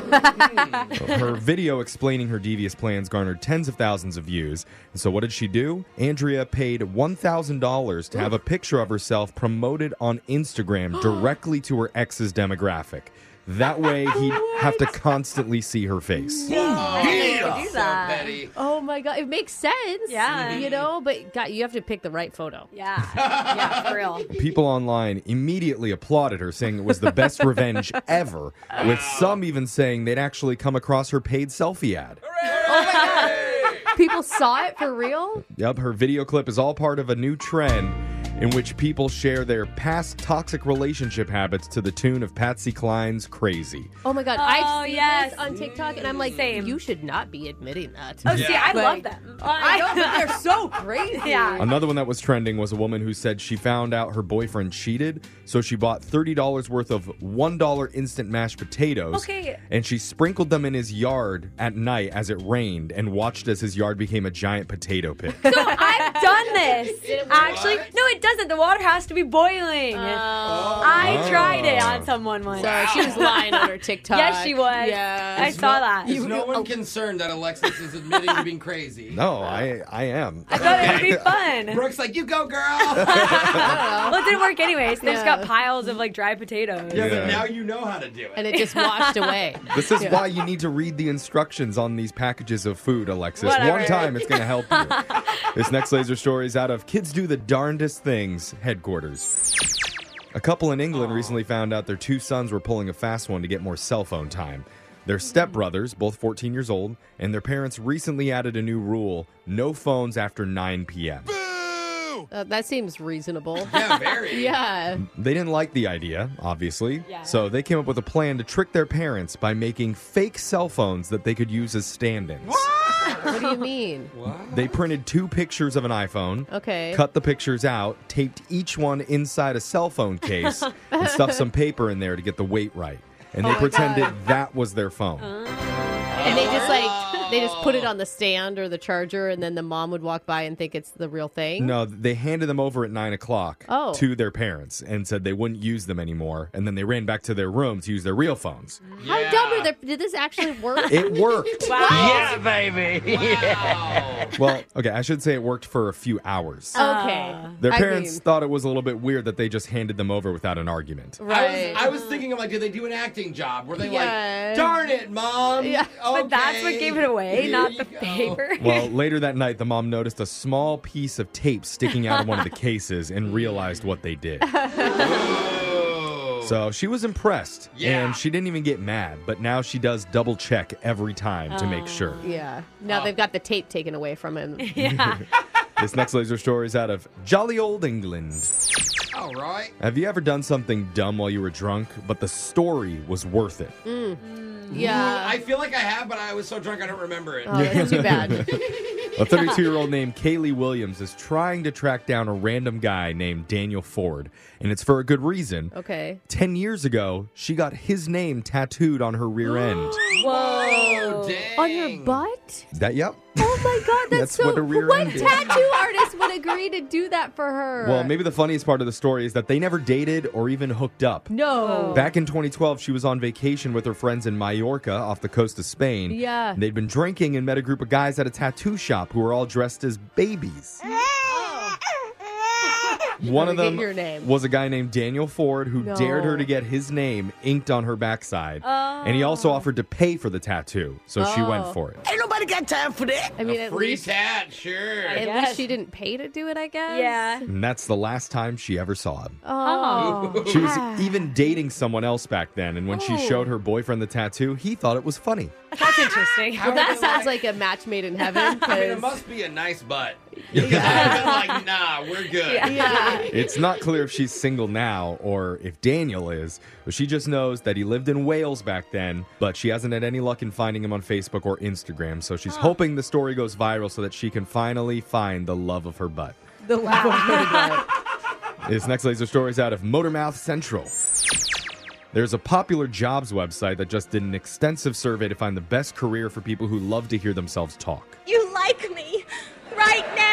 [SPEAKER 3] Her video explaining her devious plans garnered tens of thousands of views. And so, what did she do? Andrea paid $1,000 to have a picture of herself promoted on Instagram directly to her ex's demographic. That way he'd have to constantly see her face.
[SPEAKER 1] do that. Oh my god, it makes sense.
[SPEAKER 11] Yeah.
[SPEAKER 1] you know, but God, you have to pick the right photo.
[SPEAKER 11] Yeah, yeah, for real.
[SPEAKER 3] People online immediately applauded her, saying it was the best revenge ever, with some even saying they'd actually come across her paid selfie ad.
[SPEAKER 1] People saw it for real.
[SPEAKER 3] Yep, her video clip is all part of a new trend in which people share their past toxic relationship habits to the tune of Patsy Cline's Crazy.
[SPEAKER 1] Oh my god,
[SPEAKER 11] Oh,
[SPEAKER 1] I've seen
[SPEAKER 11] yes.
[SPEAKER 1] this on TikTok, and I'm like, you should not be admitting that.
[SPEAKER 11] Oh, see, I love
[SPEAKER 1] that.
[SPEAKER 11] them.
[SPEAKER 1] I know, but they're so crazy.
[SPEAKER 11] Yeah.
[SPEAKER 3] Another one that was trending was a woman who said she found out her boyfriend cheated, so she bought $30 worth of $1 instant mashed potatoes.
[SPEAKER 11] Okay.
[SPEAKER 3] And she sprinkled them in his yard at night as it rained and watched as his yard became a giant potato pit.
[SPEAKER 11] So I've done this. Actually, no, it doesn't. The water has to be boiling.
[SPEAKER 2] Oh.
[SPEAKER 11] I tried it on someone once.
[SPEAKER 1] So Oh. she was lying on her TikTok.
[SPEAKER 11] Yes, she was.
[SPEAKER 1] Yeah. Oh.
[SPEAKER 11] I
[SPEAKER 2] Is
[SPEAKER 11] saw
[SPEAKER 2] no-
[SPEAKER 11] that.
[SPEAKER 2] Is no one concerned that Alexis is admitting to being crazy?
[SPEAKER 3] no, I I am.
[SPEAKER 11] I thought it'd be fun.
[SPEAKER 2] Brooke's like, you go, girl.
[SPEAKER 11] well, it didn't work anyways. They just
[SPEAKER 1] Yeah.
[SPEAKER 11] got piles of like dry potatoes.
[SPEAKER 3] Yeah, but Yeah. now
[SPEAKER 2] you know how to do it.
[SPEAKER 1] And it just washed away.
[SPEAKER 3] This is
[SPEAKER 1] Yeah.
[SPEAKER 3] why you need to read the instructions on these packages of food, Alexis. One
[SPEAKER 1] Whatever.
[SPEAKER 3] time it's going to help you. this next laser story is out of Kids Do the Darndest Things headquarters. A couple in England recently found out their two sons were pulling a fast one to get more cell phone time. Their stepbrothers, both 14 years old, and their parents recently added a new rule no phones after 9 p.m.
[SPEAKER 1] Uh, that seems reasonable. Yeah, very. yeah.
[SPEAKER 3] They didn't like the idea, obviously. So they came up with a plan to trick their parents by making fake cell phones that they could use as stand ins.
[SPEAKER 1] What do you mean?
[SPEAKER 3] They printed two pictures of an iPhone.
[SPEAKER 1] Okay.
[SPEAKER 3] Cut the pictures out, taped each one inside a cell phone case, and stuffed some paper in there to get the weight right. And
[SPEAKER 1] Oh Uh-huh.
[SPEAKER 3] they
[SPEAKER 1] my
[SPEAKER 3] pretended
[SPEAKER 1] God.
[SPEAKER 3] that was their phone.
[SPEAKER 1] And they just like they just
[SPEAKER 2] Oh.
[SPEAKER 1] put it on the stand or the charger, and then the mom would walk by and think it's the real thing.
[SPEAKER 3] No, they handed them over at nine o'clock
[SPEAKER 1] Oh.
[SPEAKER 3] to their parents and said they wouldn't use them anymore. And then they ran back to their room to use their real phones.
[SPEAKER 1] How dumb are they? Did this actually work?
[SPEAKER 3] It worked.
[SPEAKER 1] Wow. Yeah,
[SPEAKER 3] baby. well, okay, I should say it worked for a few hours.
[SPEAKER 1] Okay.
[SPEAKER 3] Their
[SPEAKER 1] I
[SPEAKER 3] parents
[SPEAKER 1] mean-
[SPEAKER 3] thought it was a little bit weird that they just handed them over without an argument.
[SPEAKER 2] Right. I was, I was thinking, I'm like, did they do an acting job? Were they
[SPEAKER 1] Yeah.
[SPEAKER 2] like, darn it, mom?
[SPEAKER 11] Yeah. But that's what gave it away, not the paper.
[SPEAKER 3] Well, later that night, the mom noticed a small piece of tape sticking out of one of the cases and realized what they did. So she was impressed,
[SPEAKER 1] Yeah.
[SPEAKER 3] and she didn't even get mad. But now she does double check every time to make sure.
[SPEAKER 1] Yeah. Now they've got the tape taken away from him.
[SPEAKER 11] Yeah.
[SPEAKER 3] This next laser story is out of jolly old England.
[SPEAKER 2] All right.
[SPEAKER 3] Have you ever done something dumb while you were drunk, but the story was worth it?
[SPEAKER 1] Mm. Yeah. Oh,
[SPEAKER 2] I feel like I have, but I was so drunk I don't remember it.
[SPEAKER 3] a 32 year old named Kaylee Williams is trying to track down a random guy named Daniel Ford, and it's for a good reason.
[SPEAKER 1] Okay.
[SPEAKER 3] 10 years ago, she got his name tattooed on her rear end.
[SPEAKER 2] Oh,
[SPEAKER 1] Whoa. On your butt?
[SPEAKER 3] That, yep.
[SPEAKER 1] Oh my god, that's,
[SPEAKER 3] That's
[SPEAKER 1] so
[SPEAKER 3] what a rear
[SPEAKER 1] what
[SPEAKER 3] end is.
[SPEAKER 1] tattoo artist would agree to do that for her?
[SPEAKER 3] Well, maybe the funniest part of the story is that they never dated or even hooked up.
[SPEAKER 1] No.
[SPEAKER 3] Back in 2012, she was on vacation with her friends in Mallorca off the coast of Spain.
[SPEAKER 1] Yeah.
[SPEAKER 3] And They'd been drinking and met a group of guys at a tattoo shop who were all dressed as babies. One of
[SPEAKER 1] Forget
[SPEAKER 3] them
[SPEAKER 1] your name.
[SPEAKER 3] was a guy named Daniel Ford who
[SPEAKER 1] No.
[SPEAKER 3] dared her to get his name inked on her backside. And he also offered to pay for the tattoo, so she went
[SPEAKER 1] Oh.
[SPEAKER 3] for it.
[SPEAKER 1] Ain't nobody got time for that. I mean,
[SPEAKER 2] A
[SPEAKER 1] at
[SPEAKER 2] free
[SPEAKER 1] least,
[SPEAKER 2] tat, sure.
[SPEAKER 1] at least she didn't pay to do it, I guess. Yeah.
[SPEAKER 3] And that's the last time she ever saw him.
[SPEAKER 1] Oh.
[SPEAKER 3] She was e-, even dating someone else back then, and when she
[SPEAKER 1] Oh.
[SPEAKER 3] showed her boyfriend the tattoo, he thought it was funny.
[SPEAKER 1] That's interesting.
[SPEAKER 2] How
[SPEAKER 1] Well, that
[SPEAKER 2] did
[SPEAKER 1] sounds like a match made in heaven.
[SPEAKER 2] I mean, it
[SPEAKER 1] 'cause-
[SPEAKER 2] must be a nice butt. Because I've been like, nah, we're good.
[SPEAKER 1] Yeah. Yeah.
[SPEAKER 3] It's not clear if she's single now or if Daniel is, but she just knows that he lived in Wales back then, but she hasn't had any luck in finding him on Facebook or Instagram, so she's hoping the story goes viral so that she can finally find the love of her butt.
[SPEAKER 1] The wow.
[SPEAKER 3] This next laser story is out of Motormouth Central. There's a popular jobs website that just did an extensive survey to find the best career for people who love to hear themselves talk.
[SPEAKER 7] You like me right now.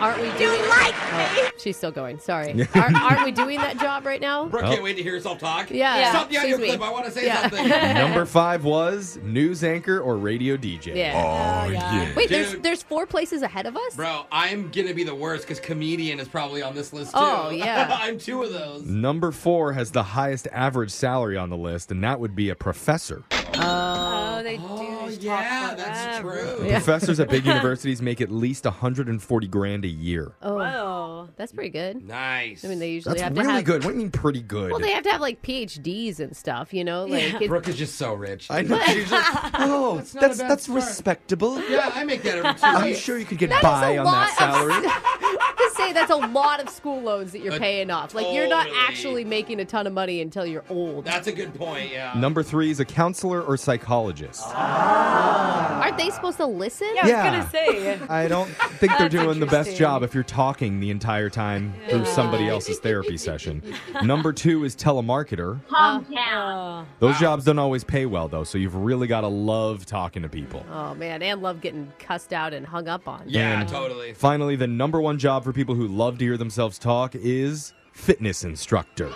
[SPEAKER 1] Aren't we doing You like me? She's still going. Sorry. aren't, aren't we doing that job right now?
[SPEAKER 3] Oh,
[SPEAKER 2] Brooke can't wait to hear yourself talk.
[SPEAKER 1] Yeah. Yeah.
[SPEAKER 2] Stop the audio
[SPEAKER 1] Excuse me.
[SPEAKER 2] clip. I want to say
[SPEAKER 1] Yeah.
[SPEAKER 2] something.
[SPEAKER 3] Number five was news anchor or radio DJ.
[SPEAKER 1] Yeah.
[SPEAKER 3] Oh, yeah.
[SPEAKER 1] Wait, there's
[SPEAKER 2] Dude.
[SPEAKER 1] there's four places ahead of us?
[SPEAKER 2] Bro, I'm going to be the worst because comedian is probably on this list too.
[SPEAKER 1] Oh, yeah.
[SPEAKER 2] I'm two of those.
[SPEAKER 3] Number four has the highest average salary on the list, and that would be a professor.
[SPEAKER 11] Oh, they do. Oh, yeah, that's
[SPEAKER 2] true.
[SPEAKER 3] Professors at big universities make at least 140 grand a year.
[SPEAKER 1] Oh, that's pretty good.
[SPEAKER 2] Nice.
[SPEAKER 1] I mean, they usually
[SPEAKER 3] That's
[SPEAKER 1] have
[SPEAKER 3] really
[SPEAKER 1] to have
[SPEAKER 3] good. What do you mean pretty good?
[SPEAKER 1] Well, they have to have like PhDs and stuff, you know. Like, it-
[SPEAKER 2] Brooke is just so rich.
[SPEAKER 3] I know. she's just, oh, that's
[SPEAKER 1] not
[SPEAKER 3] that's,
[SPEAKER 1] a bad start.
[SPEAKER 3] respectable.
[SPEAKER 2] Yeah, I make that every two
[SPEAKER 3] I'm
[SPEAKER 2] weeks.
[SPEAKER 3] sure you could get
[SPEAKER 1] That is
[SPEAKER 3] by
[SPEAKER 1] a
[SPEAKER 3] on that
[SPEAKER 1] lot of-
[SPEAKER 3] salary.
[SPEAKER 1] to say that's a lot of school loans that you're
[SPEAKER 3] Uh,
[SPEAKER 1] paying off. Like you're not
[SPEAKER 2] totally.
[SPEAKER 1] actually making a ton of money until you're old.
[SPEAKER 2] That's a good point, yeah.
[SPEAKER 3] Number three is a counselor or psychologist.
[SPEAKER 1] Aren't they supposed to listen?
[SPEAKER 3] I don't think they're
[SPEAKER 1] That's
[SPEAKER 3] doing the best
[SPEAKER 1] interesting.
[SPEAKER 3] job if you're talking the entire time through somebody else's therapy session. Number two is telemarketer.
[SPEAKER 1] Hometown.
[SPEAKER 3] Those jobs don't always pay well, though, so you've really got to love talking to people.
[SPEAKER 1] Oh man, and love getting cussed out and hung up on.
[SPEAKER 3] and Finally, the number one job for people who love to hear themselves talk is fitness instructor.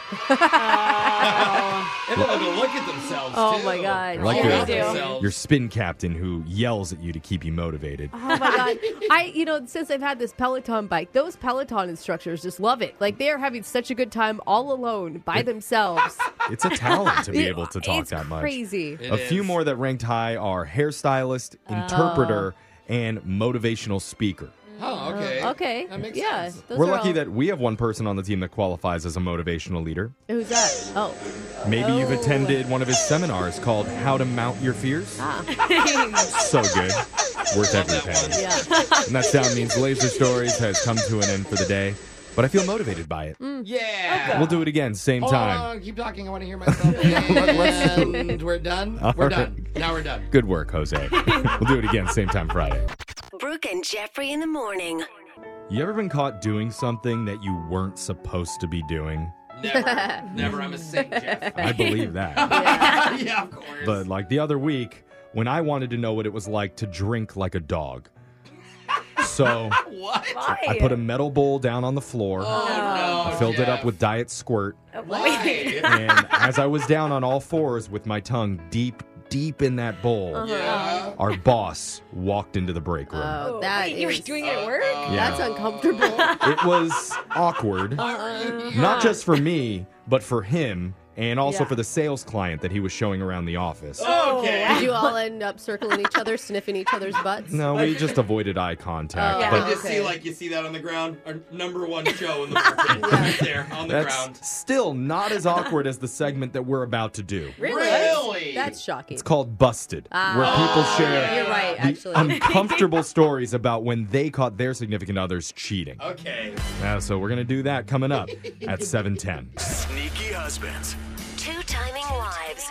[SPEAKER 2] Um, And they like to look at themselves
[SPEAKER 1] Oh,
[SPEAKER 2] too.
[SPEAKER 1] my God.
[SPEAKER 3] Like
[SPEAKER 1] Yeah,
[SPEAKER 3] your,
[SPEAKER 1] they do.
[SPEAKER 3] your spin captain who yells at you to keep you motivated.
[SPEAKER 1] Oh my god! I, you know, since I've had this Peloton bike, those Peloton instructors just love it. Like they are having such a good time all alone by themselves.
[SPEAKER 3] It's a talent to be
[SPEAKER 1] It-
[SPEAKER 3] able to talk
[SPEAKER 1] it's
[SPEAKER 3] that much.
[SPEAKER 1] crazy. Oh. It
[SPEAKER 3] A few more that ranked high are hairstylist, interpreter, and motivational speaker.
[SPEAKER 2] Oh, okay.
[SPEAKER 1] okay.
[SPEAKER 2] That makes
[SPEAKER 1] yeah,
[SPEAKER 2] sense.
[SPEAKER 1] those
[SPEAKER 3] We're
[SPEAKER 1] are
[SPEAKER 3] lucky
[SPEAKER 1] all-
[SPEAKER 3] that we have one person on the team that qualifies as a motivational leader.
[SPEAKER 1] Who's that? Oh.
[SPEAKER 3] Maybe you've
[SPEAKER 1] Oh.
[SPEAKER 3] attended one of his seminars called How to Mount Your Fears.
[SPEAKER 1] Ah.
[SPEAKER 3] So good. Worth every penny. And that sound means Laser Stories has come to an end for the day, but I feel motivated by it.
[SPEAKER 1] Mm.
[SPEAKER 2] Yeah.
[SPEAKER 3] We'll do it again, same
[SPEAKER 2] Hold
[SPEAKER 3] time.
[SPEAKER 2] on, keep talking. I want to hear myself. and we're done.
[SPEAKER 3] All
[SPEAKER 2] we're
[SPEAKER 3] right.
[SPEAKER 2] done. Now we're done.
[SPEAKER 3] Good work, Jose. we'll do it again, same time Friday.
[SPEAKER 10] Brooke and Jeffrey in the morning.
[SPEAKER 3] You ever been caught doing something that you weren't supposed to be doing?
[SPEAKER 2] Never. Never. I'm a saint, Jeff.
[SPEAKER 3] I believe that.
[SPEAKER 2] yeah. of course.
[SPEAKER 3] But like the other week, when I wanted to know what it was like to drink like a dog. So
[SPEAKER 2] What?
[SPEAKER 3] I put a metal bowl down on the floor.
[SPEAKER 2] Oh,
[SPEAKER 3] I
[SPEAKER 2] no,
[SPEAKER 3] filled it up with diet squirt.
[SPEAKER 2] Why?
[SPEAKER 3] and as I was down on all fours with my tongue deep, deep in that bowl,
[SPEAKER 1] Yeah.
[SPEAKER 3] our boss walked into the break room.
[SPEAKER 1] Oh, that
[SPEAKER 11] Wait, you were
[SPEAKER 1] is- Oh,
[SPEAKER 11] doing it at work?
[SPEAKER 3] Yeah.
[SPEAKER 1] That's uncomfortable.
[SPEAKER 3] It was awkward, not just for me, but for him, and also
[SPEAKER 1] Yeah.
[SPEAKER 3] for the sales client that he was showing around the office.
[SPEAKER 2] Oh.
[SPEAKER 1] Okay. Did you all end up circling each other, sniffing each other's butts?
[SPEAKER 3] No, we just avoided eye contact.
[SPEAKER 1] Oh.
[SPEAKER 2] I
[SPEAKER 3] but
[SPEAKER 2] just see like you see that on the ground. Our number one show in the morning, right there on the
[SPEAKER 3] that's
[SPEAKER 2] ground.
[SPEAKER 3] still not as awkward as the segment that we're about to do.
[SPEAKER 1] Really? That's shocking.
[SPEAKER 3] It's called Busted,
[SPEAKER 1] Ah.
[SPEAKER 3] where people
[SPEAKER 1] Oh,
[SPEAKER 3] share
[SPEAKER 1] yeah, you're right,
[SPEAKER 3] the
[SPEAKER 1] actually.
[SPEAKER 3] uncomfortable stories about when they caught their significant others cheating.
[SPEAKER 2] Okay.
[SPEAKER 3] Uh, so we're gonna do that coming up at 7:10.
[SPEAKER 9] Sneaky husbands,
[SPEAKER 10] Two timing wives.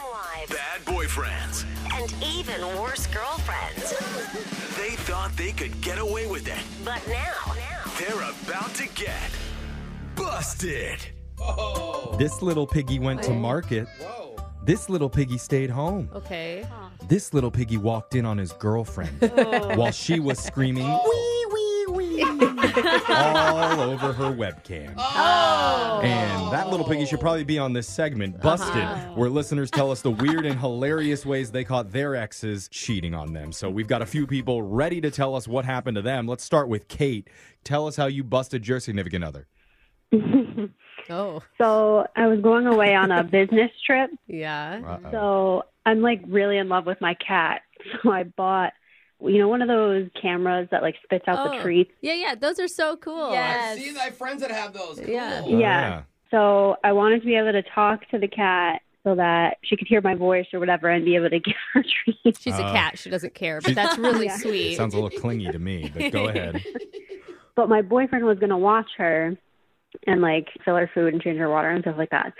[SPEAKER 9] bad boyfriends.
[SPEAKER 10] And even worse girlfriends.
[SPEAKER 9] They thought they could get away with it.
[SPEAKER 10] But now,
[SPEAKER 9] They're about to get busted.
[SPEAKER 3] This little piggy went to market. This little piggy stayed home.
[SPEAKER 1] Okay.
[SPEAKER 3] This little piggy walked in on his girlfriend
[SPEAKER 2] Oh.
[SPEAKER 3] while she was screaming
[SPEAKER 1] Wee wee wee.
[SPEAKER 3] all over her webcam.
[SPEAKER 1] Oh.
[SPEAKER 3] And that little piggy should probably be on this segment, Busted, where listeners tell us the weird and hilarious ways they caught their exes cheating on them. So we've got a few people ready to tell us what happened to them. Let's start with Kate. Tell us how you busted your significant other.
[SPEAKER 1] Oh.
[SPEAKER 12] So I was going away on a business trip.
[SPEAKER 1] Yeah.
[SPEAKER 12] So I'm like really in love with my cat. So I bought, you know, one of those cameras that like spits out the
[SPEAKER 1] Oh.
[SPEAKER 12] treats.
[SPEAKER 1] Yeah, yeah. Those are so cool.
[SPEAKER 2] I've seen I have friends that have those. Cool.
[SPEAKER 1] Yeah.
[SPEAKER 12] yeah. So I wanted to be able to talk to the cat so that she could hear my voice or whatever and be able to give her treats.
[SPEAKER 1] She's
[SPEAKER 3] Oh.
[SPEAKER 1] a cat. She doesn't care, but
[SPEAKER 3] She-
[SPEAKER 1] that's really
[SPEAKER 12] Yeah.
[SPEAKER 1] sweet.
[SPEAKER 3] It sounds a little clingy to me, but go ahead.
[SPEAKER 12] But my boyfriend was going to watch her and like fill her food and change her water and stuff like that.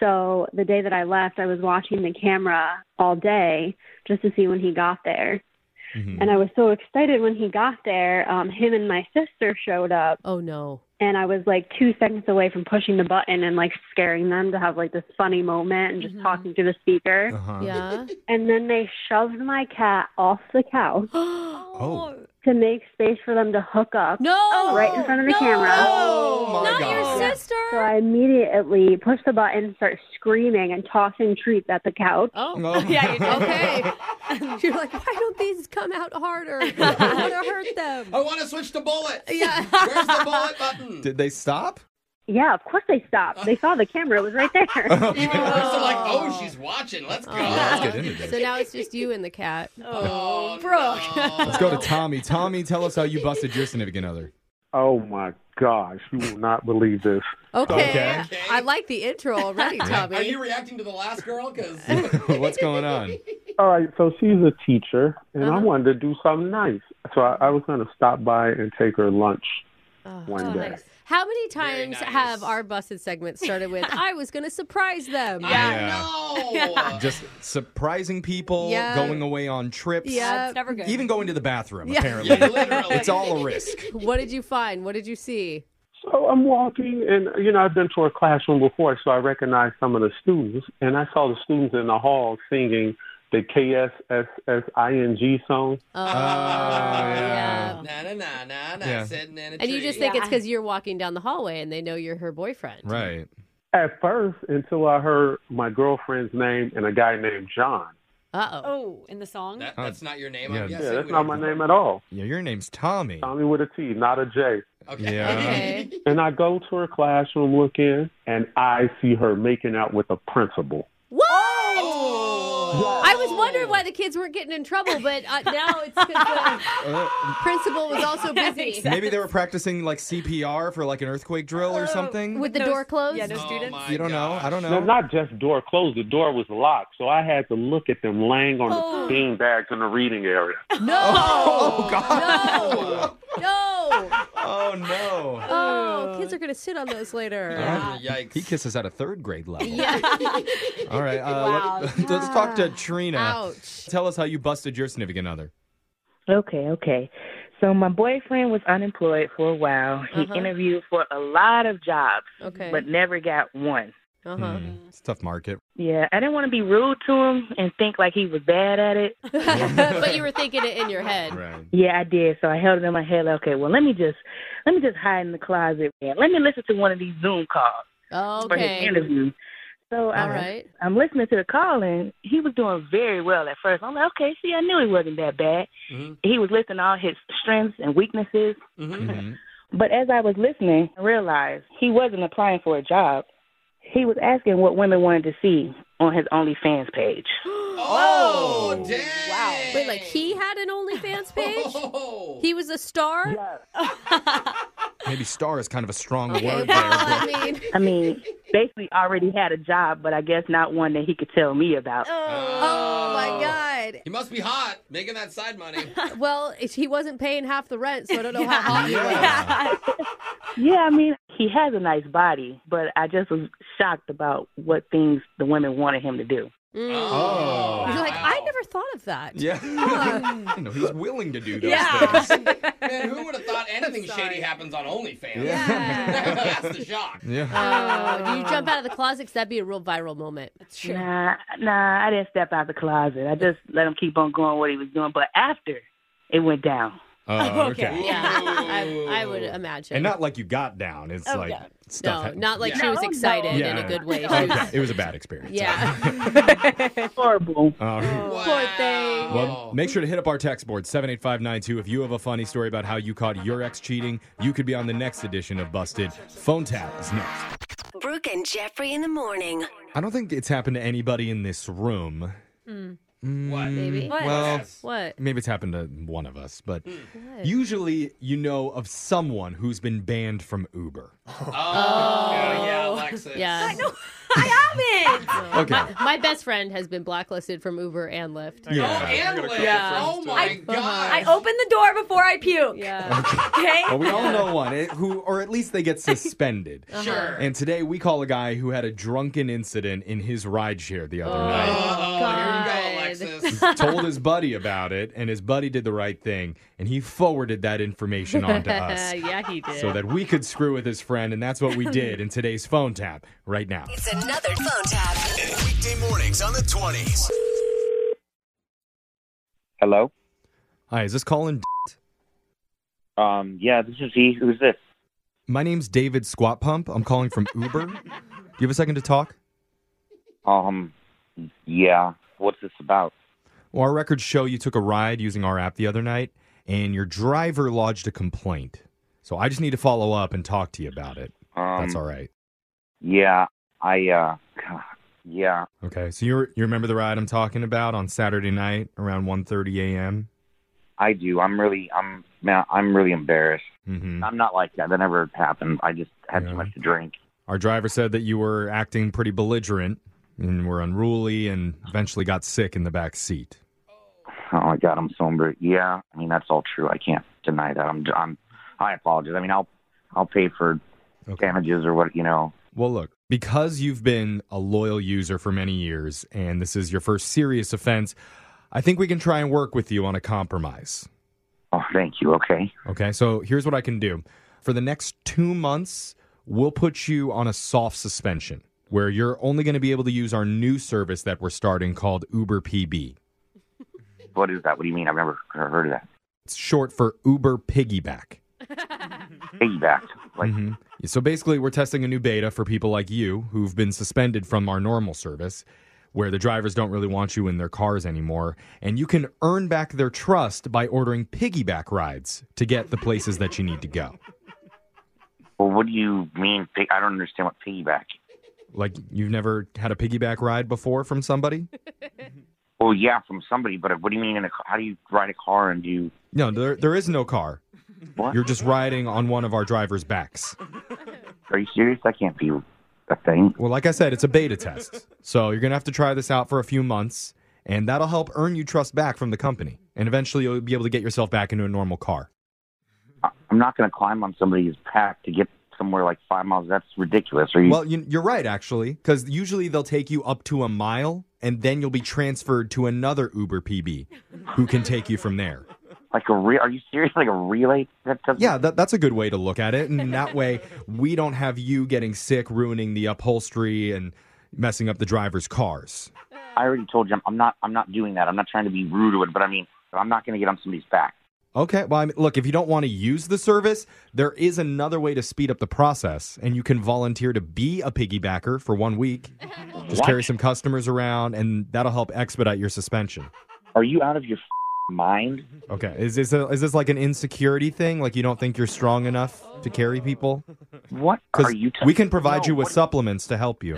[SPEAKER 12] So the day that I left, I was watching the camera all day just to see when he got there.
[SPEAKER 7] Mm-hmm.
[SPEAKER 12] And I was so excited when he got there. Um, him and my sister showed up.
[SPEAKER 1] Oh no!
[SPEAKER 12] And I was like two seconds away from pushing the button and like scaring them to have like this funny moment and just talking through the speaker.
[SPEAKER 3] Uh-huh.
[SPEAKER 1] Yeah.
[SPEAKER 12] And then they shoved my cat off the couch.
[SPEAKER 3] Oh.
[SPEAKER 12] to make space for them to hook up. No, right in front of the camera.
[SPEAKER 7] Oh, my Not God. your
[SPEAKER 12] sister. So I immediately push the button, start screaming and tossing treats at the couch.
[SPEAKER 1] Oh,
[SPEAKER 7] No.
[SPEAKER 1] yeah, you do. okay. You're like, why don't these come out harder? I want to hurt them.
[SPEAKER 2] I want to switch to bullets.
[SPEAKER 1] Yeah.
[SPEAKER 2] Where's the bullet button?
[SPEAKER 3] Did they stop?
[SPEAKER 12] Yeah, of course they stopped. They saw the camera; it was right there.
[SPEAKER 2] Even worse, they're like, oh, she's watching. Let's go.
[SPEAKER 3] Let's get into
[SPEAKER 1] So
[SPEAKER 3] this.
[SPEAKER 1] now it's just you and the cat. Oh, Brooke.
[SPEAKER 3] Let's go to Tommy. Tommy, tell us how you busted your significant other.
[SPEAKER 13] Oh my gosh, you will not believe this.
[SPEAKER 1] Okay. I like the intro already, Tommy.
[SPEAKER 2] Are you reacting to the last girl? Because
[SPEAKER 3] What's going on? Uh-huh.
[SPEAKER 13] All right, so she's a teacher, and I wanted to do something nice, so I, I was going to stop by and take her lunch
[SPEAKER 3] Oh.
[SPEAKER 13] one day.
[SPEAKER 1] Oh, How many times have our busted segments started with, I was going to surprise them?
[SPEAKER 2] Yeah.
[SPEAKER 3] Just surprising people,
[SPEAKER 1] Yeah.
[SPEAKER 3] going away on trips.
[SPEAKER 1] Yeah. It's never good.
[SPEAKER 3] Even going to the bathroom,
[SPEAKER 1] Yeah.
[SPEAKER 3] apparently.
[SPEAKER 1] Yeah, literally.
[SPEAKER 3] It's all a risk.
[SPEAKER 1] What did you find? What did you see?
[SPEAKER 13] So I'm walking, and you know I've been to a classroom before, so I recognize some of the students, and I saw the students in the hall singing the K S S S I N G song.
[SPEAKER 1] Oh,
[SPEAKER 3] yeah.
[SPEAKER 2] Na na na na na.
[SPEAKER 13] Yeah.
[SPEAKER 2] Sitting in a
[SPEAKER 1] And you just
[SPEAKER 2] tree.
[SPEAKER 1] think it's because you're walking down the hallway and they know you're her boyfriend.
[SPEAKER 3] Right.
[SPEAKER 13] At first, until I heard my girlfriend's name and a guy named John.
[SPEAKER 1] Uh
[SPEAKER 11] oh. in the song?
[SPEAKER 2] that's not your name.
[SPEAKER 13] Yeah,
[SPEAKER 2] I'm guessing.
[SPEAKER 13] that's
[SPEAKER 2] We
[SPEAKER 13] not my
[SPEAKER 2] don't-
[SPEAKER 13] name at all.
[SPEAKER 3] Yeah, your name's Tommy.
[SPEAKER 13] Tommy with a T, not a J.
[SPEAKER 2] Okay.
[SPEAKER 3] Yeah.
[SPEAKER 13] And I go to her classroom, look in, and I see her making out with a principal.
[SPEAKER 1] What? I was wondering why the kids weren't getting in trouble, but uh, now it's because
[SPEAKER 3] Uh,
[SPEAKER 1] the principal was also busy.
[SPEAKER 3] maybe they were practicing like CPR for like an earthquake drill or something.
[SPEAKER 1] Oh, With the door closed? Yeah, no
[SPEAKER 3] Oh,
[SPEAKER 2] students.
[SPEAKER 3] you don't know. I don't
[SPEAKER 13] Oh, No,
[SPEAKER 3] know.
[SPEAKER 13] not just door closed. The door was locked, so I had to look at them laying on
[SPEAKER 1] Oh.
[SPEAKER 13] the bean bags in the reading area.
[SPEAKER 1] No.
[SPEAKER 3] Oh,
[SPEAKER 1] God. No. No.
[SPEAKER 3] Oh no.
[SPEAKER 1] Oh, kids are going to sit on those later.
[SPEAKER 3] Yikes. He kisses at a third grade level.
[SPEAKER 1] Yeah.
[SPEAKER 3] All right. Uh,
[SPEAKER 1] Wow.
[SPEAKER 3] let, us talk to Trina.
[SPEAKER 1] Ouch.
[SPEAKER 3] Tell us how you busted your significant other.
[SPEAKER 14] Okay, okay. So my boyfriend was unemployed for a while. He
[SPEAKER 3] Uh-huh.
[SPEAKER 14] interviewed for a lot of jobs,
[SPEAKER 1] Okay.
[SPEAKER 14] but never got one.
[SPEAKER 1] Uh-huh.
[SPEAKER 3] Hmm, it's a tough market.
[SPEAKER 14] Yeah, I didn't want to be rude to him and think like he was bad at it.
[SPEAKER 1] but you were thinking it in your head.
[SPEAKER 3] Right.
[SPEAKER 14] Yeah, I did. So I held it in my head. Like, okay, well, let me just let me just hide in the closet and let me listen to one of these Zoom calls for his
[SPEAKER 1] Okay.
[SPEAKER 14] interview. So I'm,
[SPEAKER 1] right.
[SPEAKER 14] I'm listening to the call and he was doing very well at first. I'm like, okay, see, I knew he wasn't that bad. He was listing all his strengths and weaknesses.
[SPEAKER 1] Mm-hmm.
[SPEAKER 14] But as I was listening, I realized he wasn't applying for a job. He was asking what women wanted to see on his OnlyFans page.
[SPEAKER 2] Oh, dang. Wow.
[SPEAKER 1] Wait, like he had an OnlyFans
[SPEAKER 2] Oh.
[SPEAKER 1] page? he was a star?
[SPEAKER 3] Maybe star is kind of a strong
[SPEAKER 1] Okay.
[SPEAKER 3] word there. but-
[SPEAKER 1] I mean,
[SPEAKER 14] I mean, basically already had a job, but I guess not one that he could tell me about.
[SPEAKER 1] oh my God.
[SPEAKER 2] He must be hot, making that side money.
[SPEAKER 1] Well, if he wasn't paying half the rent, so I don't know how hot he was.
[SPEAKER 14] Yeah, I mean, he has a nice body, but I just was shocked about what things the women wanted him to do.
[SPEAKER 1] Mm.
[SPEAKER 3] Oh.
[SPEAKER 1] You're like, I never thought of that.
[SPEAKER 3] Yeah. I know, he's willing to do those
[SPEAKER 1] Yeah.
[SPEAKER 3] things.
[SPEAKER 2] Man, who would have thought anything shady happens on OnlyFans?
[SPEAKER 3] Yeah.
[SPEAKER 2] That's the shock.
[SPEAKER 1] Oh, do you jump out of the closet? 'Cause that'd be a real viral moment. That's
[SPEAKER 14] Nah, nah, I didn't step out the closet. I just let him keep on going what he was doing. But after it went down,
[SPEAKER 3] Oh, okay.
[SPEAKER 1] Yeah, I, I would imagine.
[SPEAKER 3] And not like you got down. It's
[SPEAKER 1] Oh,
[SPEAKER 3] like
[SPEAKER 1] no.
[SPEAKER 3] stuff.
[SPEAKER 1] No,
[SPEAKER 3] happened.
[SPEAKER 1] not like she was No, no. excited in a good way. She
[SPEAKER 3] Okay.
[SPEAKER 1] was-
[SPEAKER 3] It was a bad experience.
[SPEAKER 1] yeah.
[SPEAKER 14] horrible.
[SPEAKER 3] All right.
[SPEAKER 1] Poor thing.
[SPEAKER 3] Well, make sure to hit up our text board, 78592. If you have a funny story about how you caught your ex cheating, you could be on the next edition of Busted. Phone tap is next.
[SPEAKER 10] Brooke and Jeffrey in the morning.
[SPEAKER 3] I don't think it's happened to anybody in this room.
[SPEAKER 1] Oh.
[SPEAKER 3] What?
[SPEAKER 10] Maybe. What?
[SPEAKER 3] Mm, Well,
[SPEAKER 1] What?
[SPEAKER 3] Maybe it's happened to one of us, but usually you know of someone who's been banned from Uber.
[SPEAKER 2] Oh, yeah, Alexis.
[SPEAKER 1] Yeah. I,
[SPEAKER 3] No. Okay.
[SPEAKER 1] My, my best friend has been blacklisted from Uber and Lyft.
[SPEAKER 3] Yeah. Oh, and
[SPEAKER 2] Lyft. Oh, my
[SPEAKER 1] I,
[SPEAKER 2] God.
[SPEAKER 11] I opened the door before I puke.
[SPEAKER 1] Yeah.
[SPEAKER 11] Okay.
[SPEAKER 3] Well, we all know one eh, who, or at least they get suspended.
[SPEAKER 11] Sure.
[SPEAKER 3] And today we call a guy who had a drunken incident in his rideshare the other night. Told his buddy about it, and his buddy did the right thing, and he forwarded that information on to us
[SPEAKER 1] yeah, he did.
[SPEAKER 3] so that we could screw with his friend, and that's what we did in today's phone tap right now.
[SPEAKER 10] It's another phone tap.
[SPEAKER 15] Weekday mornings on the 20s.
[SPEAKER 3] Hello? Hi, is this Colin?
[SPEAKER 16] Um, yeah, this is he. Who's this?
[SPEAKER 3] My name's David Squat Pump. I'm calling from Uber. Do you have a second to talk?
[SPEAKER 16] Um, yeah. What's this about?
[SPEAKER 3] Well, our records show you took a ride using our app the other night, and your driver lodged a complaint. So I just need to follow up and talk to you about it. That's all right.
[SPEAKER 16] Um, Yeah, I, uh, yeah.
[SPEAKER 3] Okay. So you you remember the ride I'm talking about on Saturday night around 1:30 a.m.
[SPEAKER 16] I do. I'm really, I'm, man, I'm really embarrassed.
[SPEAKER 3] hmm
[SPEAKER 16] I'm not like that. That never happened. I just had too much to drink.
[SPEAKER 3] Our driver said that you were acting pretty belligerent and were unruly, and eventually got sick in the back seat.
[SPEAKER 16] Oh my god, I'm so embarrassed. Yeah, I mean that's all true. I can't deny that. I'm, I'm, I apologize. I mean, I'll, I'll pay for damages or what you know.
[SPEAKER 3] Well, look, because you've been a loyal user for many years and this is your first serious offense, I think we can try and work with you on a compromise.
[SPEAKER 16] Oh, thank you. Okay.
[SPEAKER 3] Okay, so here's what I can do. For the next two months, we'll put you on a soft suspension where you're only going to be able to use our new service that we're starting called Uber PB.
[SPEAKER 16] What is that? What do you mean? I've never heard of that.
[SPEAKER 3] It's short for Uber Piggyback.
[SPEAKER 16] Piggyback.
[SPEAKER 3] Mhm. So basically, we're testing a new beta for people like you who've been suspended from our normal service, where the drivers don't really want you in their cars anymore. And you can earn back their trust by ordering piggyback rides to get the places that you need to go.
[SPEAKER 16] Well, what do you mean? Pig- I don't understand what piggyback.
[SPEAKER 3] Like, you've never had a piggyback ride before from somebody?
[SPEAKER 16] Well, yeah, from somebody, but what do you mean? In a, ca- how do you ride a car and do you?
[SPEAKER 3] No, there, there is no car. You're just riding on one of our drivers' backs.
[SPEAKER 16] Are you serious? That can't be a thing.
[SPEAKER 3] Well, like I said, it's a beta test. So you're going to have to try this out for a few months, and that'll help earn you trust back from the company. And eventually you'll be able to get yourself back into a normal car.
[SPEAKER 16] I'm not going to climb on somebody's pack to get somewhere like five miles. That's ridiculous. Are you?
[SPEAKER 3] Well, you, you're right, actually, because usually they'll take you up to a mile, and then you'll be transferred to another Uber PB who can take you from there.
[SPEAKER 16] like a re- Are you serious? Like a relay? That doesn't.
[SPEAKER 3] Yeah, that, that's a good way to look at it. And that way, we don't have you getting sick, ruining the upholstery, and messing up the driver's cars.
[SPEAKER 16] I already told you I'm, I'm not. I'm not doing that. I'm not trying to be rude or it, but I mean, I'm not going to get on somebody's back.
[SPEAKER 3] Okay. Well, I mean, look, if you don't want to use the service, there is another way to speed up the process, and you can volunteer to be a piggybacker for one week. Just
[SPEAKER 16] What?
[SPEAKER 3] carry some customers around, and that'll help expedite your suspension.
[SPEAKER 16] Are you out of your f- mind?
[SPEAKER 3] Okay. Is this a, is this like an insecurity thing? Like you don't think you're strong enough to carry people?
[SPEAKER 16] What are you?
[SPEAKER 3] we can provide you with supplements to help you.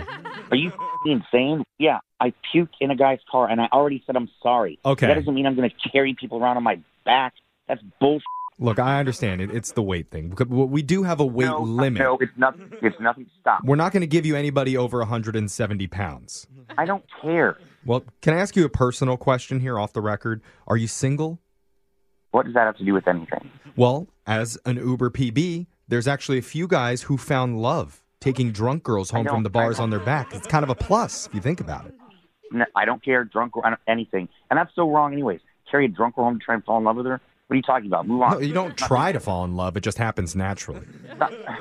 [SPEAKER 16] Are you f***ing insane? Yeah, I puked in a guy's car, and I already said I'm sorry.
[SPEAKER 3] Okay.
[SPEAKER 16] That doesn't mean I'm going to carry people around on my back. That's bullshit.
[SPEAKER 3] Look, I understand it. It's the weight thing. Because We do have a weight limit.
[SPEAKER 16] No, it's nothing. It's nothing. Stop.
[SPEAKER 3] We're not going to give you anybody over 170 pounds.
[SPEAKER 16] I don't care.
[SPEAKER 3] Well, can I ask you a personal question here off the record? Are you single?
[SPEAKER 16] What does that have to do with anything?
[SPEAKER 3] Well, as an Uber PB, there's actually a few guys who found love taking drunk girls
[SPEAKER 16] I
[SPEAKER 3] home
[SPEAKER 16] know,
[SPEAKER 3] from the
[SPEAKER 16] I
[SPEAKER 3] bars
[SPEAKER 16] know.
[SPEAKER 3] on their back. It's kind of a plus if you think about it.
[SPEAKER 16] No, I don't care, drunk or I don't- anything. And that's so wrong, anyways. Carry a drunk girl home to try and fall in love with her. What are you talking about? Move on.
[SPEAKER 3] No, you don't try to fall in love, it just happens naturally.